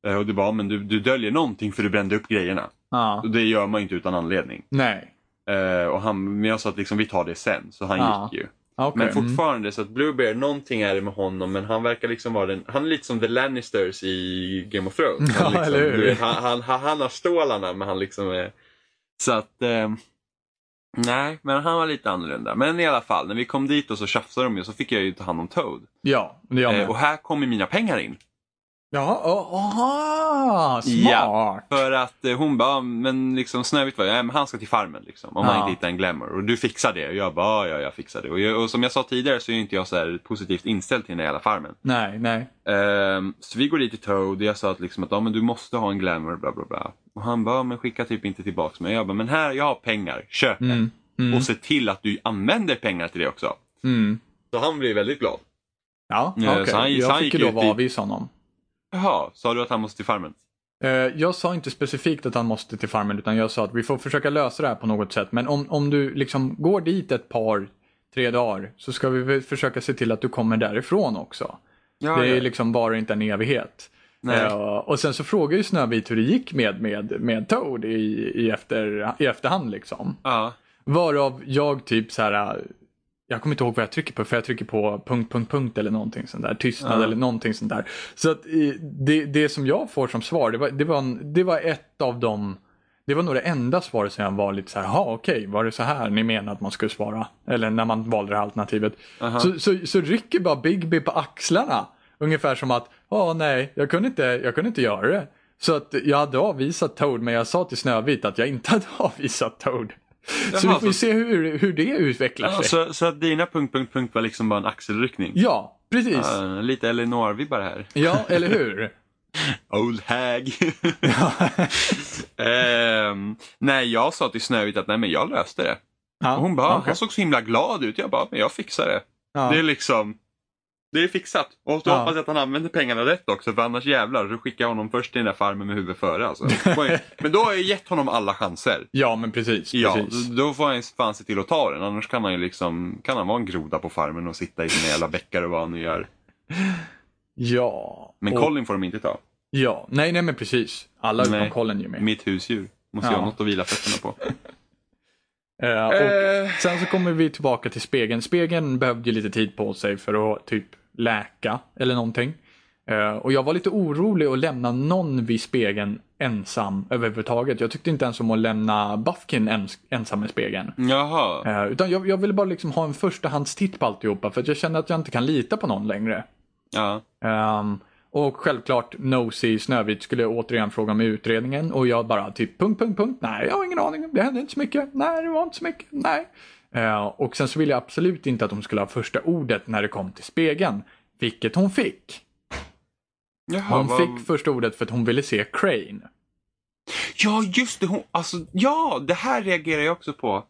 Eh, Och du bara, "Ja, men du, du döljer någonting för du brände upp grejerna.
ja.
Och det gör man ju inte utan anledning.
Nej.
Eh, och han, men jag sa att liksom, vi tar det sen, så han
Ja.
gick ju.
Okay.
Men fortfarande så att Bluebeard, någonting är det med honom men han verkar liksom vara den, han är lite som the Lannisters i Game of Thrones. Han,
Ja,
liksom,
eller hur?
du vet, han, han, han, han har stålarna men han liksom är... Så att... ehm, nej, men han var lite annorlunda. Men i alla fall, när vi kom dit och så tjafsade de ju så fick jag ju ta hand om Toad.
Ja, det gör man.
Eh, och här kommer mina pengar in.
Jaha, oh, aha,
Ja.
smart.
För att eh, hon bara, "Ah, men liksom Snövit var ju, "Nej, men han ska till farmen liksom. Om
Ja.
han inte hittar en glamour. Och du fixar det. Och jag bara, "Ah, ja jag fixar det. Och, jag, och som jag sa tidigare så är ju inte jag så här positivt inställd till den där jävla farmen.
Nej, nej.
Ehm, så vi går dit till Toad och jag sa att, liksom att ah, men du måste ha en glamour, bla bla bla. Och han bara, "Ah, men skicka typ inte tillbaks mig. Jag bara, men här, jag har pengar, köp den.
Mm, mm,
Eh, Och se till att du använder pengar till det också.
mm.
Så han blev väldigt glad.
Ja,
Ja,
okej.
så han- så
Jag
han
fick
gick
ju
ut
då
i-
avvisa honom.
Jaha, sa du att han måste till farmen?
Eh, Jag sa inte specifikt att han måste till farmen utan jag sa att vi får försöka lösa det här på något sätt. Men om, om du liksom går dit ett par, tre dagar så ska vi väl försöka se till att du kommer därifrån också.
Ja,
det är
ja.
ju liksom bara inte en evighet.
Nej.
Eh, och sen så frågar ju Snövit hur det gick med, med, med Toad i, i, efter, i efterhand liksom.
ja.
Varav jag typ så här. äh, Jag kommer inte ihåg vad jag trycker på för jag trycker på punkt, punkt, punkt eller någonting sånt där. Tystnad
Ja.
eller någonting sånt där. Så att eh, det, det som jag får som svar, det var, det var, en, det var ett av de det var nog det enda svaret som jag var lite så här, jaha okej, var det så här ni menade att man skulle svara? Eller när man valde det här alternativet.
Aha.
Så, så, så rycker bara Bigby på axlarna. Ungefär som att, ja nej, jag kunde, inte, jag kunde inte göra det. Så att jag hade avvisat Toad, men jag sa till Snövit att jag inte hade avvisat Toad. så vi
Jaha,
får ju
så-
se hur, hur det utvecklar
Ja,
sig.
så, så att dina punkt, punkt, punkt var liksom bara en axelryckning?
Ja, precis.
Ja, lite Eleanor-vibbar här.
Ja, eller hur?
Old hag. Ehm, nej, jag sa till Snövit att nej, men jag löste det.
Ja,
Och hon bara,
okej.
han såg så himla glad ut. Jag bara, men jag fixar det.
ja.
Det är liksom, det är fixat. Och då
Ja.
hoppas jag att han använder pengarna rätt också, för annars jävlar så skickar jag honom först till den där farmen med huvudet före. Alltså. men då har jag gett honom alla chanser.
ja, men precis.
Ja,
precis.
då får han ju fan se till att ta den. Annars kan han ju liksom, kan han vara en groda på farmen och sitta i sina jävla bäckar och vad han nu gör.
Ja.
Men
och-
Colin får de inte ta.
Ja, nej, nej men precis. Alla utom
Nej.
Colin ju med.
Mitt husdjur. Måste
Ja.
jag ha något att vila fötterna på.
Eh, och Sen så kommer vi tillbaka till spegeln. Spegeln behövde ju lite tid på sig för att typ läka eller någonting. Eh, Och jag var lite orolig att lämna någon vid spegeln ensam överhuvudtaget. Jag tyckte inte ens om att lämna Buffkin ens, ensam med spegeln.
Jaha.
Eh, Utan jag, jag ville bara liksom ha en förstahandstitt på alltihopa för att jag kände att jag inte kan lita på någon längre.
Ja.
Ehm, och självklart Nosy Snövit skulle återigen fråga om utredningen och jag bara typ punkt, punkt, punkt. Nej, jag har ingen aning. Det hände inte så mycket. Nej, det var inte så mycket. Nej. Eh, och sen så ville jag absolut inte att hon skulle ha första ordet när det kom till spegeln. Vilket hon fick.
Jaha,
Hon
vad-
fick första ordet för att hon ville se Crane.
Ja, just det. Hon, alltså, ja, det här reagerar jag också på.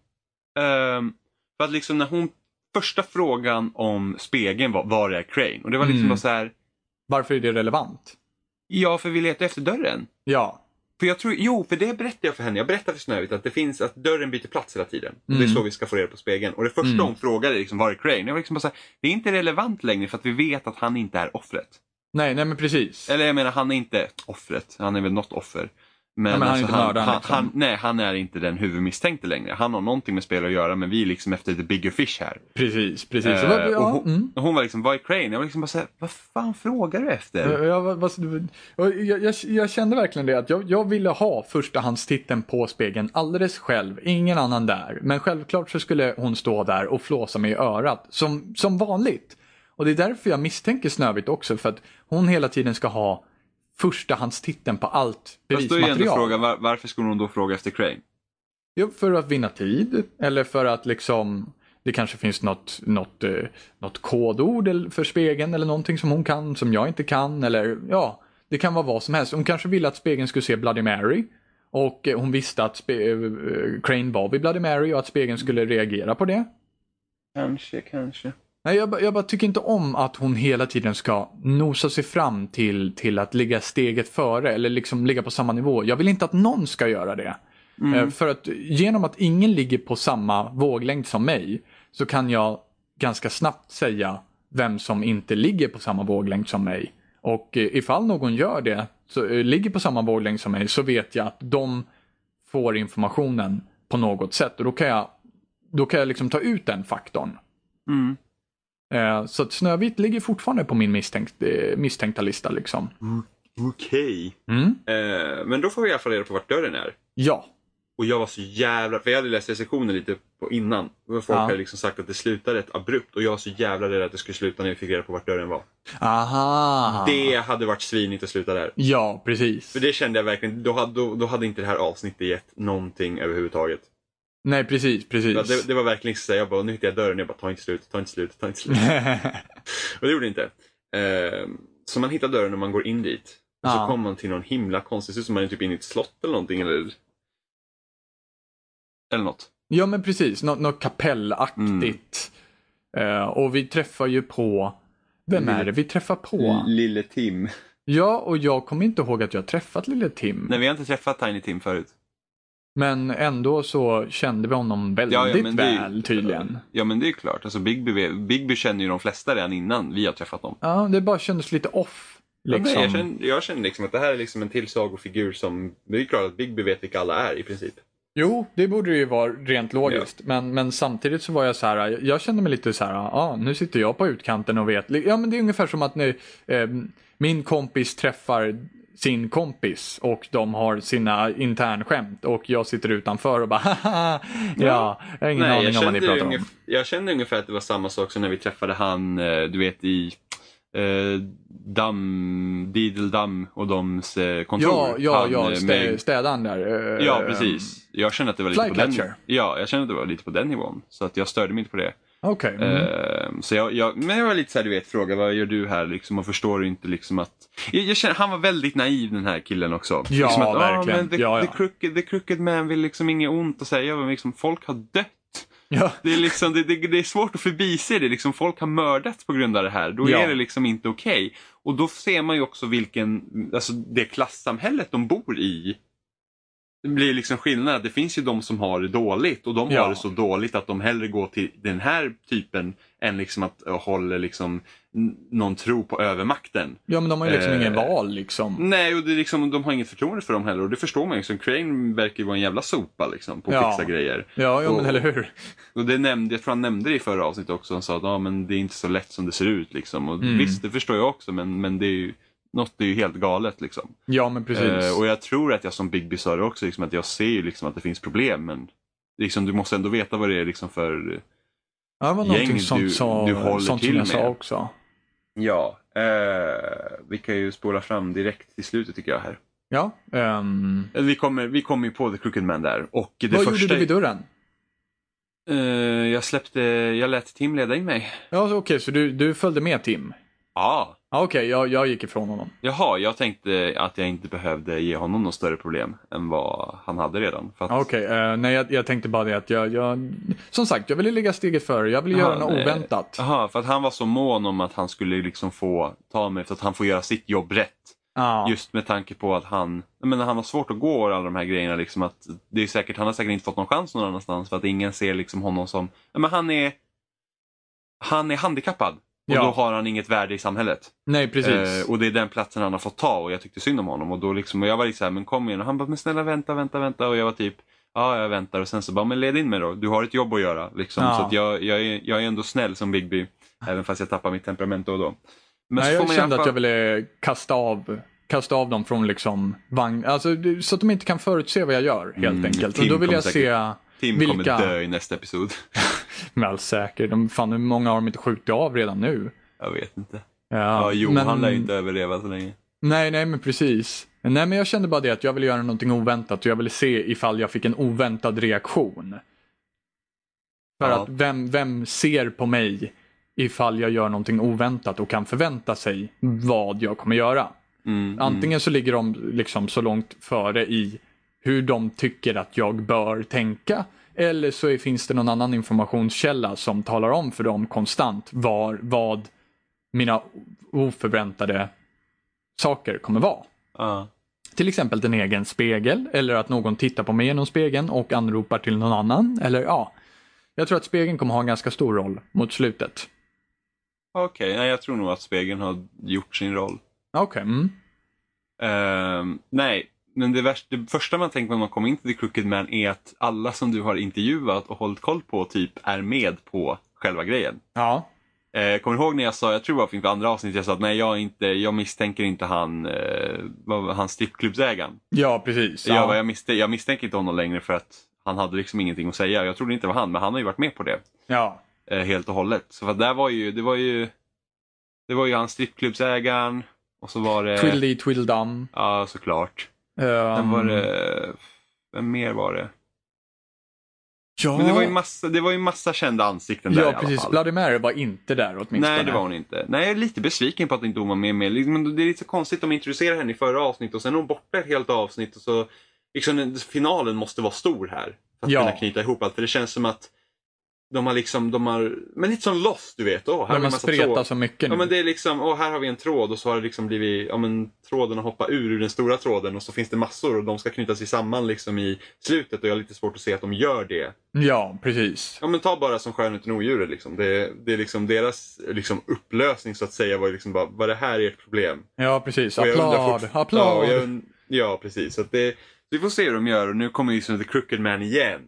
Ehm, för att liksom när hon, första frågan om spegeln var, var är Crane? Och det var liksom
Mm.
bara så här,
Varför är det relevant?
ja, för vi letar efter dörren.
Ja,
För jag tror, jo, för det berättade jag för henne. Jag berättade för Snövit att det finns, att dörren byter plats hela tiden. Och Det är
Mm.
så vi ska få reda på spegeln. Och det första
Mm.
hon frågade liksom, var är Crane? Jag var liksom bara så här, det är inte relevant längre för att vi vet att han inte är offret.
nej, nej men precis.
Eller jag menar, han är inte offret. Han är väl något offer. Men,
Ja,
alltså,
men han är inte mördaren,
han,
liksom.
han, Nej, han är inte den huvudmisstänkte längre. Han har någonting med spel att göra, men vi är liksom efter the bigger fish här.
Precis, precis.
Eh,
Och vad-
och
ja,
hon,
mm.
och hon var liksom, vad är Crane? Jag var liksom bara såhär, vad fan frågar du efter?
Ja, Jag, vad- vad- och jag, jag, jag kände verkligen det att jag, jag ville ha förstahandstiteln på spegeln alldeles själv, ingen annan där. Men självklart så skulle hon stå där och flåsa mig i örat, som, som vanligt. Och det är därför jag misstänker Snövit också, för att hon hela tiden ska ha förstahandstiteln på allt
Fast då är ju ändå
bevismaterial.
frågan, var, varför skulle hon då fråga efter Crane?
Jo, för att vinna tid eller för att liksom det kanske finns något, något, eh, något kodord eller- för spegeln eller någonting som hon kan som jag inte kan eller ja, det kan vara vad som helst. Hon kanske ville att spegeln skulle se Bloody Mary och eh, hon visste att spe- eh, Crane var vid Bloody Mary och att spegeln skulle reagera på det.
Kanske, kanske.
Nej, jag, bara- jag bara tycker inte om att hon hela tiden ska nosa sig fram till, till att ligga steget före eller liksom ligga på samma nivå. Jag vill inte att någon ska göra det. Eh, För att genom att ingen ligger på samma våglängd som mig så kan jag ganska snabbt säga vem som inte ligger på samma våglängd som mig. Och eh, ifall någon gör det, så, eh, ligger på samma våglängd som mig, så vet jag att de får informationen på något sätt. Och då kan jag, då kan jag liksom ta ut den faktorn.
Mm.
Eh, Så att Snövit ligger fortfarande på min misstänkt, eh, misstänkta lista. Liksom.
Mm. Okej.
Mm.
Eh, men då får vi i alla fall reda på vart dörren är.
Ja.
Och jag var så jävla... För jag hade läst recensioner lite på innan. Och folk
Ja.
hade liksom sagt att det slutade rätt abrupt. Och jag var så jävla rädd att det skulle sluta när vi fick reda på vart dörren var.
Aha.
Det hade varit svinigt att sluta där.
Ja, precis.
För det kände jag verkligen, då hade, då, då hade inte det här avsnittet gett någonting överhuvudtaget.
Nej, precis. precis.
Ja, Det, det var verkligen så här, jag bara, nu hittar jag dörren. Jag bara, ta inte slut, ta inte slut, ta inte slut. Och det gjorde det inte. Ehm, så man hittar dörren och man går in dit. Och
Ja.
Så kommer man till någon himla konstig, det ser ut som man är typ inne i ett slott eller någonting. Eller, eller något.
ja, men precis. Nå- något kapellaktigt.
Mm.
Eh, och vi träffar ju på... Vem är det vi träffar på?
Lille Tim.
Ja, och jag kommer inte ihåg att jag träffat lille Tim.
Nej, vi har inte träffat Tiny Tim förut.
Men ändå så kände vi honom väldigt
det är ju-
väl tydligen.
Ja, men det är ju klart. Alltså, Bigby, Bigby känner ju de flesta redan innan vi har träffat dem.
Ja, det bara kändes lite off. Liksom.
Jag, känner, jag känner liksom att det här är liksom en till sagofigur som... Det är ju klart att Bigby vet vilka alla är i princip.
Jo, det borde ju vara rent logiskt. Men, men samtidigt så var jag så här, jag kände mig lite så här, ah, nu sitter jag på utkanten och vet. Ja, men det är ungefär som att nu, eh, min kompis träffar sin kompis och de har sina internskämt och jag sitter utanför och bara haha, ja, jag har ingen
Nej,
aning
jag
om vad ni
kände,
pratar om.
ungef- jag kände ungefär att det var samma sak som när vi träffade han, eh, du vet i eh, Damm, Dideldam och doms eh, kontor.
Ja, ja,
han,
ja,
eh,
stä,
med,
städaren där. eh,
ja, precis. Jag kände att det var lite på den
Flycatcher.
Ja, jag kände att det var lite på den nivån. Så att jag störde mig inte på det.
Okej. mm.
Eh, så jag, jag, men jag var lite såhär, du vet, fråga vad gör du här liksom och förstår du inte liksom att... Jag, jag känner, han var väldigt naiv den här killen också.
Ja,
liksom att,
verkligen.
men the,
Ja, ja.
The, crooked, the crooked man vill liksom inget ont och säga, jag var liksom, folk har dött.
Ja.
Det är, liksom, det, det, det är svårt att förbise det. Liksom, folk har mördats på grund av det här. Då
Ja.
är det liksom inte okej. Och då ser man ju också vilken, alltså det klassamhället de bor i. Det blir liksom skillnad. Det finns ju de som har det dåligt och de
Ja.
har det så dåligt att de hellre går till den här typen än liksom att eh, håller liksom n- någon tro på övermakten.
ja, men de har ju liksom
eh,
ingen val liksom.
Nej, och det är liksom, de har inget förtroende för dem heller och det förstår man ju. Liksom, Crane verkar ju vara en jävla sopa liksom, på att
Ja.
fixa grejer.
Ja, ja men
och-
eller hur.
Och det nämnde, jag tror han nämnde det i förra avsnittet också. Han sa att ah, men det är inte så lätt som det ser ut. Liksom. Och
Mm.
Visst, det förstår jag också, men, men det är ju, något är ju helt galet. Liksom.
Ja, men precis.
Eh, och jag tror att jag som Bigby sa det också, liksom, att jag ser ju liksom, att det finns problem. Men liksom, du måste ändå veta vad det är liksom, för...
Ja, det var
gäng
någonting sånt,
du-
som-
du håller
sånt
till
som jag sa
med.
också.
Ja, eh, vi kan ju spola fram direkt till slutet tycker jag. här.
Ja. ehm,
Eh, Vi kommer, vi kommer ju på The Crooked Man där. Och det
vad
första,
gjorde du vid dörren?
Eh, jag släppte, jag lät Tim leda in mig.
Ja, Okej, så du, du följde med Tim?
Ja.
Ja, Okej, jag, jag gick ifrån honom.
Jaha, jag tänkte att jag inte behövde ge honom något större problem än vad han hade redan. För att,
Ja, Okej, eh, nej jag, jag tänkte bara det att jag, jag... Som sagt, jag ville ligga steget före. Jag ville
Jaha,
göra något
nej.
oväntat.
Jaha, för att han var så mån om att han skulle liksom få ta mig, för att han får göra sitt jobb rätt.
Ja,
Just med tanke på att han, jag menar, han har svårt att gå och alla de här grejerna. Liksom att det är säkert, han har säkert inte fått någon chans någon annanstans för att ingen ser liksom honom som, ja, men han är, han är handikappad. Och
Ja.
då har han inget värde i samhället.
nej precis.
Eh, och det är den platsen han har fått ta och jag tyckte synd om honom. Och då liksom, och jag var liksom så här, men kom igen. Och han bara, men snälla vänta, vänta, vänta. Och jag var typ, ja jag väntar. Och sen så bara, men led in mig då. Du har ett jobb att göra. Liksom.
Ja.
Så att jag, jag, är, jag är ändå snäll som Bigby. Även fast jag tappar mitt temperament då och då. Men
nej,
så får
jag
man i
kände
alla
att jag
fall-
ville kasta av, kasta av dem från liksom vagn... Alltså, det- så att de inte kan förutse vad jag gör helt
Mm,
enkelt. Och
Tim
då vill
kommer
jag se...
Tim
vilka-
kommer dö i nästa episod.
Väl säkert. De, fan, hur många har de inte skjutit av redan nu?
Jag vet inte.
Ja,
Ja, Johan
men-
lär ju inte överleva så länge.
Nej, nej men precis. Nej men jag kände bara det att jag ville göra någonting oväntat och jag ville se ifall jag fick en oväntad reaktion. För
Ja.
att vem, vem ser på mig ifall jag gör någonting oväntat och kan förvänta sig vad jag kommer göra.
Mm,
Antingen så ligger de liksom så långt före i hur de tycker att jag bör tänka. Eller så är, finns det någon annan informationskälla som talar om för dem konstant var, vad mina oförväntade saker kommer vara.
ja.
Till exempel en egen spegel eller att någon tittar på mig genom spegeln och anropar till någon annan. Eller ja, jag tror att spegeln kommer ha en ganska stor roll mot slutet.
Okej, nej, jag tror nog att spegeln har gjort sin roll.
Okej, mm.
Ehm, nej, men det, värsta, det första man tänker på när man kommer in till The Crooked Man är att alla som du har intervjuat och hållit koll på typ är med på själva grejen.
ja,
Eh, kommer du ihåg när jag sa, jag tror det var inför andra avsnittet, jag sa att nej jag, är inte, jag misstänker inte han, eh, vad var han strippklubbsägaren.
ja precis.
Jag, bara,
Ja.
jag, misstän- jag misstänker inte honom längre för att han hade liksom ingenting att säga. Jag trodde inte det var han, men han har ju varit med på det
Ja.
eh, helt och hållet. Så för att där var ju, det var ju, det var ju han strippklubbsägaren och så var det,
Twiddly twiddledum.
ja såklart. Sen
Um,
var det, vem mer var det?
Ja,
Men det var ju massa, det var ju massa kända ansikten där i
ja
alla
precis.
fall.
Bloody Mary var inte där åtminstone.
Nej, det var hon inte. Nej, jag är lite besviken på att inte hon var med mer. Liksom, det är lite så konstigt, de introducerar henne i förra avsnittet och sen är hon borta ett helt avsnitt och så, liksom den- finalen måste vara stor här. För att
Ja.
kunna knyta ihop allt, för det känns som att de har liksom, de har, men lite som Lost du vet. Åh, här
Men
har vi
man
massa
spretar
tråd.
så mycket nu.
Ja men det är liksom, åh här har vi en tråd och så har det liksom blivit, ja men tråden har hoppat ur ur den stora tråden och så finns det massor och de ska knyta sig samman liksom i slutet och jag har lite svårt att se att de gör det.
Ja, precis.
Ja men ta bara som Skönheten och odjuret liksom. Det, det är liksom deras liksom, upplösning så att säga var ju liksom bara, var det här ert problem?
Ja, precis.
Och jag undrar
Applåd,
fortfar- Ja,
applåd.
och jag und- ja precis. Så att det, vi får se hur de gör och nu kommer ju liksom The Crooked Man igen.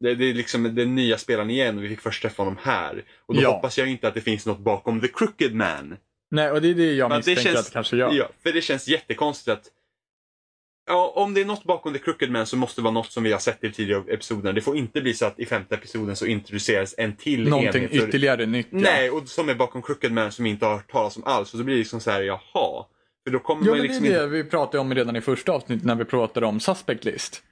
Det, det är liksom den nya spelaren igen och vi fick först träffa honom här. Och då
Ja.
hoppas jag inte att det finns något bakom The Crooked Man.
Nej, och det är det jag
Men det
misstänker
känns-
att det kanske gör.
Ja, för det känns jättekonstigt att Ja, om det är något bakom The Crooked Man så måste det vara något som vi har sett i tidigare episoderna. Det får inte bli så att i femte episoden så introduceras en till
Någonting
enhet. för-
ytterligare nytt. ja.
Nej, och som är bakom Crooked Man som vi inte har hört talas om alls. Och så blir det liksom så här, jaha. För då kommer
Jo,
man
men
liksom
det är
inte...
det vi pratade om redan i första avsnittet när vi pratade om Suspect List.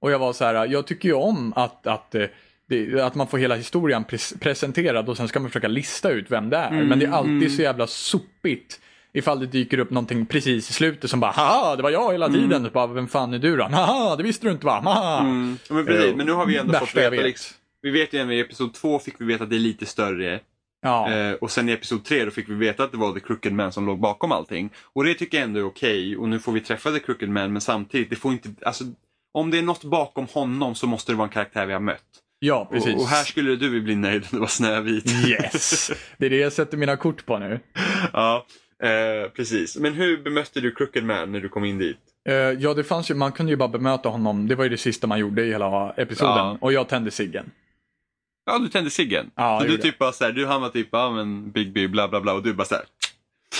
Och jag var så här, jag tycker ju om att, att, eh, det, att man får hela historien pres- presenterad och sen ska man försöka lista ut vem det är.
Mm,
men det är alltid så jävla sopigt ifall det dyker upp någonting precis i slutet som bara haha, det var jag hela tiden. Så Bara, vem fan är du då? Haha, det visste du inte va? Haha. Eh,
Mm. Ja, men, precis, men nu har vi ändå fått
Värsta jag
veta
vet.
liksom... Vi vet ju även i episod två fick vi veta att det är lite större.
Ja.
Eh, och sen i episod tre då fick vi veta att det var The Crooked Man som låg bakom allting. Och det tycker jag ändå är okej. Och nu får vi träffa The Crooked Man men samtidigt, det får inte... Alltså, om det är något bakom honom så måste det vara en karaktär vi har mött.
ja, precis.
Eh, Och, och här skulle du bli nöjd om det var Snövit.
Yes! Det är det jag sätter mina kort på nu.
ja, eh, precis. Men hur bemötte du Crooked Man när du kom in dit?
Eh, ja, det fanns ju, man kunde ju bara bemöta honom. Det var ju det sista man gjorde i hela episoden.
Ja.
Och jag tände ciggen.
Ja, du tände ciggen.
Ja,
så
jag
du
gjorde
typ bara såhär, du han var typ, ja men Big B bla bla bla och du bara såhär,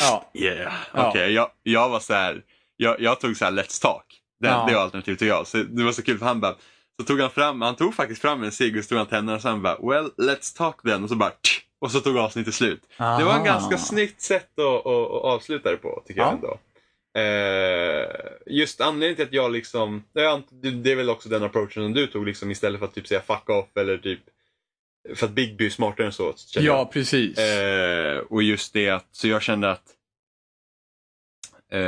Ja.
yeah.
Ja.
Okej, jag, jag var såhär, jag, jag tog såhär Let's Talk. Det,
Ja.
det var alternativet till jag. Så det var så kul för han bara, så tog han fram, han tog faktiskt fram en cigg och stod han tänderna och sen bara, well let's talk then. Och så bara, tch, och så tog avsnittet slut. Det var en
Aha.
ganska snyggt sätt att, att, att avsluta det på, tycker jag
Ja.
ändå. Eh, just anledningen till att jag liksom, det är ant- det- det är väl också den approachen som du tog liksom istället för att typ säga fuck off eller typ, för att Bigby är smartare än så. känner jag.
Ja, precis.
Eh, och just det att, så jag kände att eh,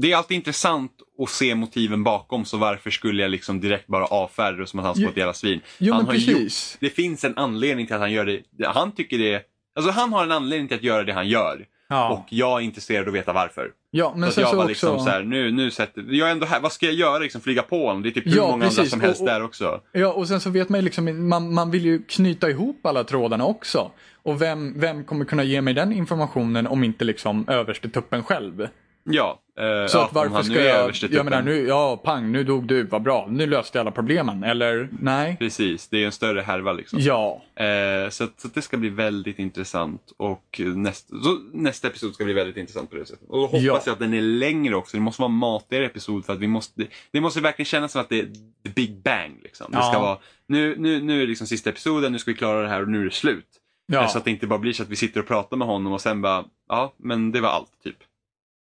det är alltid intressant att se motiven bakom så varför skulle jag liksom direkt bara avfärda det som att han ska
Jo-
vara ett jävla svin.
jo,
han
men
har ju
precis.
Det finns en anledning till att han gör det, han tycker det, alltså han har en anledning till att göra det han gör. Och
Ja.
jag är intresserad av att veta varför.
ja, men
så att jag
sen så
bara
också...
liksom så här, nu, nu sätter, jag är ändå här, vad ska jag göra? Liksom flyga på honom? Det är typ hur
Ja,
många andra
precis.
som helst
Och- och-
där också.
Ja, och sen så vet man ju liksom, man, man vill ju knyta ihop alla trådarna också. Och vem, vem kommer kunna ge mig den informationen om inte liksom överstetuppen själv?
Ja. eh,
Så
ja,
att
om
varför
han nu
ska
är
jag,
överstetuppen.
jag menar nu, ja pang, nu dog du, vad bra, nu löste jag alla problemen, eller nej?
Precis, det är ju en större härva liksom.
Ja,
Eh, så att, så att det ska bli väldigt intressant och näst, så, nästa episod ska bli väldigt intressant på det sättet. Och då hoppas
Ja.
jag att den är längre också. Det måste vara en matigare episod för att vi måste, det, det måste verkligen kännas som att det är the big bang. Liksom. Det ska
Ja.
vara, nu, nu, nu är det liksom sista episoden, nu ska vi klara det här och nu är det slut.
ja.
Alltså, Så att det inte bara blir så att vi sitter och pratar med honom och sen bara, ja men det var allt typ.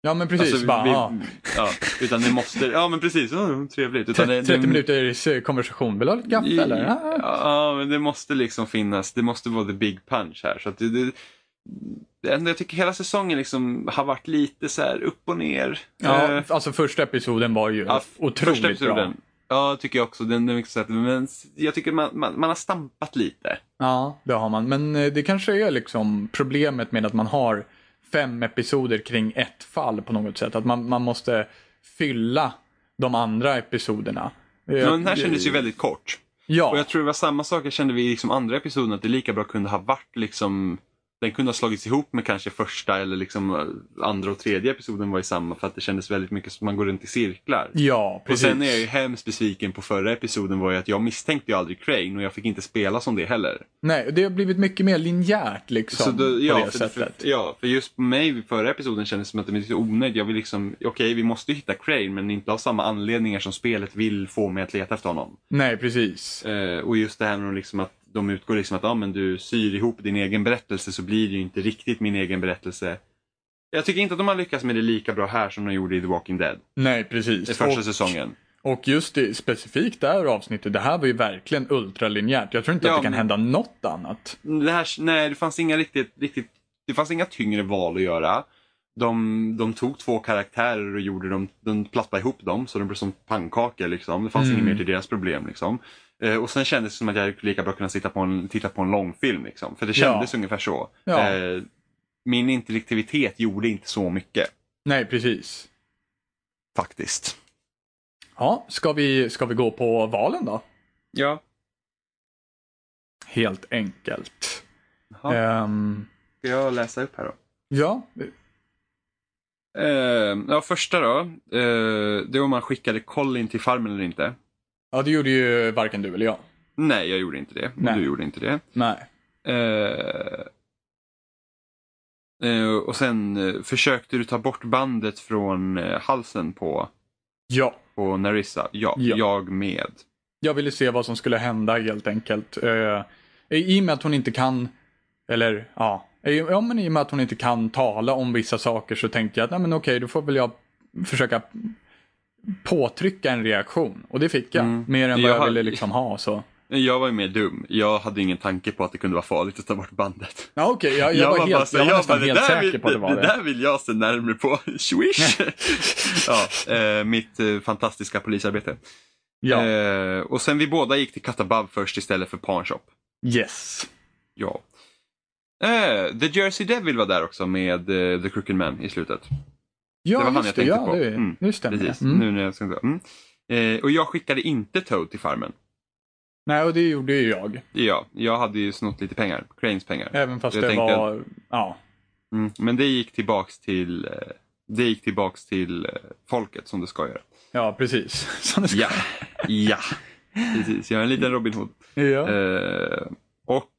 Ja men precis.
Alltså,
bara,
vi,
ah,
ja, utan det måste, ja men precis, ja, trevligt. Utan det,
30
det,
minuters eh, konversation. Vill du ha lite kaffe eller? Ah.
Ja, men det måste liksom finnas, det måste vara the big punch här. Så att det, det, det enda jag tycker hela säsongen liksom har varit lite så här upp och ner. Eh,
Ja, alltså första episoden var ju
ja, f-
otroligt
första episoden.
bra.
Ja, tycker jag också. Den, den är mycket så här, men jag tycker man, man, man har stampat lite.
Ja, det har man. Men eh, det kanske är liksom problemet med att man har fem episoder kring ett fall på något sätt. Att man, man måste fylla de andra episoderna. Eh,
Men den här kändes ju väldigt kort. Och
Ja,
jag tror det var samma sak jag kände vid liksom andra episoden, att det lika bra kunde ha varit liksom den kunde ha slagits ihop med kanske första eller liksom eh, andra och tredje episoden var i samma för att det kändes väldigt mycket som man går runt i cirklar.
ja, precis.
Och sen är jag ju hemskt besviken på förra episoden var ju att jag misstänkte ju aldrig Crane och jag fick inte spela som det heller.
Nej, det har blivit mycket mer linjärt liksom.
då- ja,
på det
för,
sättet.
För, ja, för just på mig vid förra episoden kändes det som att det var lite onödigt. Jag vill liksom, okej vi måste ju hitta Crane men inte av samma anledningar som spelet vill få mig att leta efter honom.
Nej, precis.
Eh, och just det här med liksom att de utgår liksom att ah, men du syr ihop din egen berättelse så blir det ju inte riktigt min egen berättelse. Jag tycker inte att de har lyckats med det lika bra här som de gjorde i The Walking Dead.
Nej, precis.
I första
Och-
säsongen.
Och just det, specifikt det här avsnittet, det här var ju verkligen ultralinjärt. Jag tror inte
Ja,
att det kan
men-
hända något annat.
Det här, nej, det fanns inga riktigt, riktigt det fanns inga tyngre val att göra. De, de tog två karaktärer och gjorde dem, de plattade ihop dem så de blev som pannkakor. Liksom. Det fanns
Mm.
inget mer till deras problem. Liksom. Eh, och sen kändes det som att jag lika bra kunde sitta på en, titta på en långfilm. Liksom. För det
Ja.
kändes ungefär så.
Ja.
Eh, min interaktivitet gjorde inte så mycket
Nej, precis.
faktiskt.
Ja, ska vi, ska vi gå på valen då?
Ja.
Helt enkelt.
Jaha,
Ehm,
Ska jag läsa upp här då?
ja,
Eh, ja, första då. Eh, det var om man skickade Colin till farmen eller inte.
ja, det gjorde ju varken du eller jag.
Nej, jag gjorde inte det.
Nej.
Du gjorde inte det.
Nej.
Eh, eh, och sen eh, försökte du ta bort bandet från eh, halsen på,
Ja,
på Narissa. Ja,
Ja.
jag med.
jag ville se vad som skulle hända helt enkelt. Eh, I och med att hon inte kan, eller ja, i- ja men i och med att hon inte kan tala om vissa saker så tänkte jag att nej men okej, då får väl jag försöka påtrycka en reaktion. Och det fick jag,
Mm.
mer än vad
Jag
jag,
har-
ville liksom ha så.
Jag var ju mer dum. Jag hade ingen tanke på att det kunde vara farligt att ta bort bandet.
Ja okej, jag, jag, var
bara
helt,
så-
jag var
jag
nästan
bara,
helt
där
säker
vill,
på att det var det.
där vill jag se närmare på. Swish! ja, eh, mitt eh, fantastiska polisarbete.
Ja,
Eh, och sen vi båda gick till Katabab först istället för Pawnshop.
yes.
Ja. Eh, The Jersey Devil var där också med eh, The Crooked Man i slutet.
Ja,
Det var han
just
jag
det,
tänkte
ja,
på.
det,
Mm,
nu stämmer
Precis,
det. Mm.
nu när jag ska... mm. eh, Och jag skickade inte Toad till farmen.
Nej, och det gjorde ju jag.
Ja, jag hade ju snott lite pengar. Cranes pengar.
Även fast
Jag
det
tänkte
var, ja.
Mm. Men det gick tillbaks till eh, det gick tillbaks till eh, folket som det ska göra.
Ja, precis. Som det ska-
Ja, ja. Precis, jag är en liten Robin Hood.
Mm. Ja.
Eh, och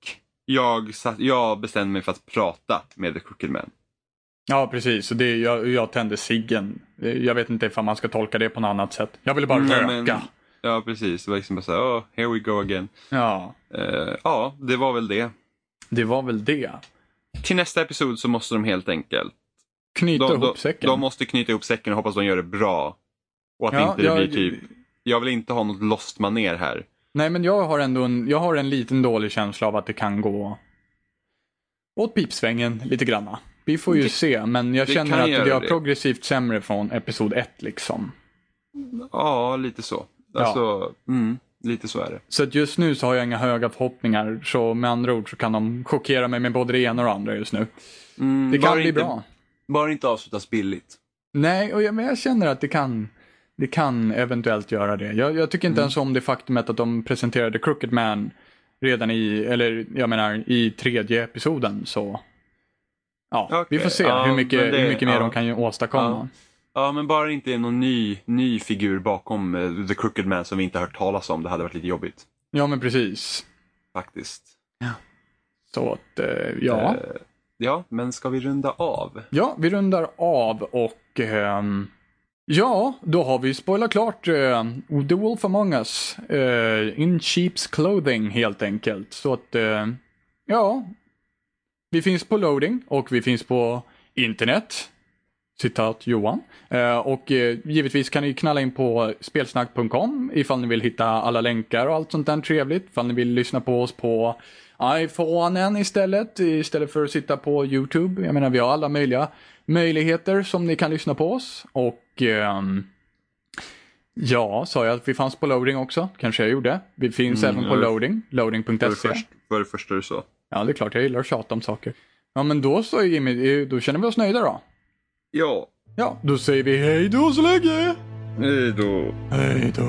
jag, satt, jag bestämde mig för att prata med The Crooked Man.
Ja, precis. Och det, jag, jag tände ciggen. Jag vet inte ifall man ska tolka det på något annat sätt. Jag ville bara
Nej,
röka.
Mm, men- Ja, precis. Det var liksom bara så här, oh, here we go again.
Ja,
Eh, ja, det var väl det.
det var väl det.
Till nästa episod så måste de helt enkelt,
Knyta
de, de,
ihop säcken.
de måste knyta ihop säcken och hoppas de gör det bra. Och att
Ja,
inte det
jag-
blir typ, jag vill inte ha något lost maner här.
Nej, men jag har ändå en, jag har en liten dålig känsla av att det kan gå åt pipsvängen lite granna. Vi får ju se, men jag
det
känner
kan
att
göra
det är
det.
progressivt sämre från episod 1 liksom.
Ja, lite så. Alltså, mm, lite så är det.
Så att just nu så har jag inga höga förhoppningar. Så med andra ord så kan de chockera mig med både det ena och det andra just nu.
Mm,
Det kan
bara
bli
inte,
bra.
Bara inte avslutas billigt.
Nej, och jag, men jag känner att det kan, det kan eventuellt göra det. Jag, jag
Mm.
tycker inte ens om det faktumet att de presenterade Crooked Man redan i, eller jag menar i tredje episoden så. Ja, vi
Okej,
får se
ja,
hur, mycket,
men det-
hur mycket mer
ja.
de kan ju åstadkomma.
Ja, men bara inte är någon ny, ny figur bakom eh, The Crooked Man som vi inte hört talas om. Det hade varit lite jobbigt.
Ja, men precis.
Faktiskt.
Så att, eh, ja.
Eh, ja, men ska vi runda av?
Ja, vi rundar av och ehm, ja, då har vi spoilat klart eh, The Wolf Among Us eh, in Sheep's Clothing helt enkelt. Så att, eh, ja, vi finns på loading och vi finns på internet. citat Johan. Eh, Och eh, givetvis kan ni knalla in på spelsnack.com ifall ni vill hitta alla länkar och allt sånt där trevligt. Ifall ni vill lyssna på oss på iPhonen istället, istället för att sitta på YouTube. Jag menar, vi har alla möjliga möjligheter som ni kan lyssna på oss. Och ehm, ja, sa jag att vi fanns på loading också? Kanske jag gjorde. Vi finns även på
ja.
loading,
Det var det,
loading.se.
först, var det första du sa.
Ja, det är klart, jag gillar att tjata om saker. Ja, men då så Jimmy, eh, då känner vi oss nöjda då.
Ja,
Ja, då säger vi hej då så länge!
hej då.
Hej då!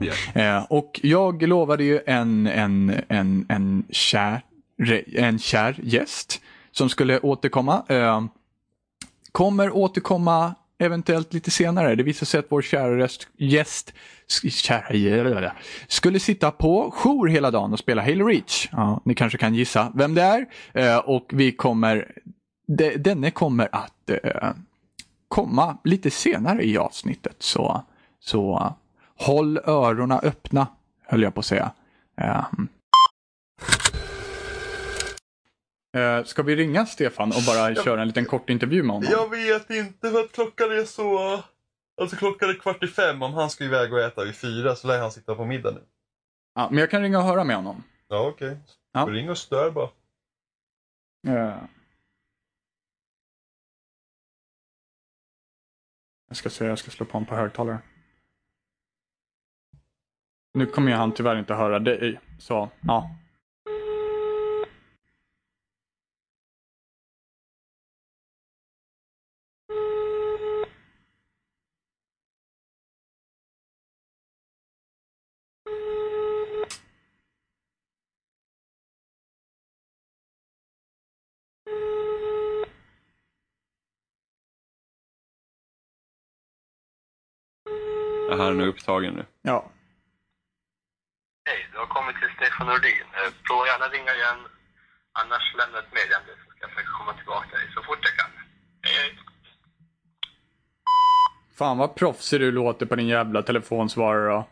Ja.
Eh, och jag lovade ju en, en, en, en, kär, re- en kär gäst som skulle återkomma. Eh, kommer återkomma eventuellt lite senare. Det visar sig att vår kära rest, gäst sk- kära, jävla, skulle sitta på jour hela dagen och spela Halo Reach. Ja, ni kanske kan gissa vem det är. Eh, och vi kommer, de, denne kommer att eh, komma lite senare i avsnittet. Så, så eh, håll öronen öppna, höll jag på att säga. Ehm. Eh, Ska vi ringa Stefan och bara köra en liten kort intervju med honom?
Jag vet inte för att klockan är så... Alltså klockan är kvart i fem. Om han ska iväg och äta vid fyra så lär han sitta på middag nu.
Ja, men jag kan ringa och höra med honom.
Ja, okej.
Ja.
Ring och stör bara.
Eh. Jag ska se, jag ska slå på honom på högtalare. Nu kommer ju han tyvärr inte höra dig, så ja.
Ja, Han är nog upptagen nu.
Ja,
Hej, du har kommit till Stefan Nordin. Eh, Prova gärna ringa igen. Annars lämna ett meddelande så ska jag försöka komma tillbaka dig så fort jag kan. Hej, hej.
Fan vad proffsig du låter på din jävla telefonsvarare då.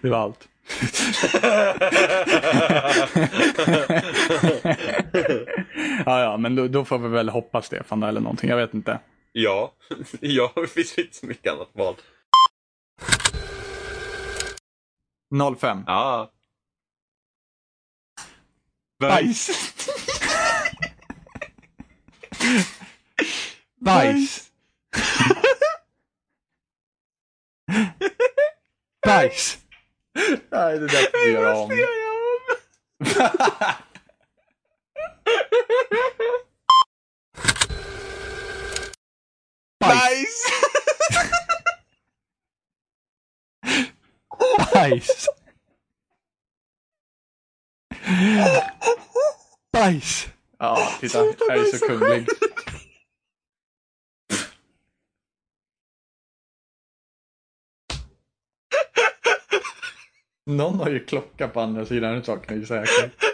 Det var allt. ja, ja, men då, då får vi väl hoppas Stefan eller någonting. Jag vet inte.
Ja, ja det finns inte så mycket annat val.
05.
Ja.
Bajs. Bajs. Bajs. Nej, det där får vi göra om. Bajs. Bajs. Bajs. Ja, titta. Jag är så kunglig. Någon har ju klocka på andra sidan utav kan jag ju säga.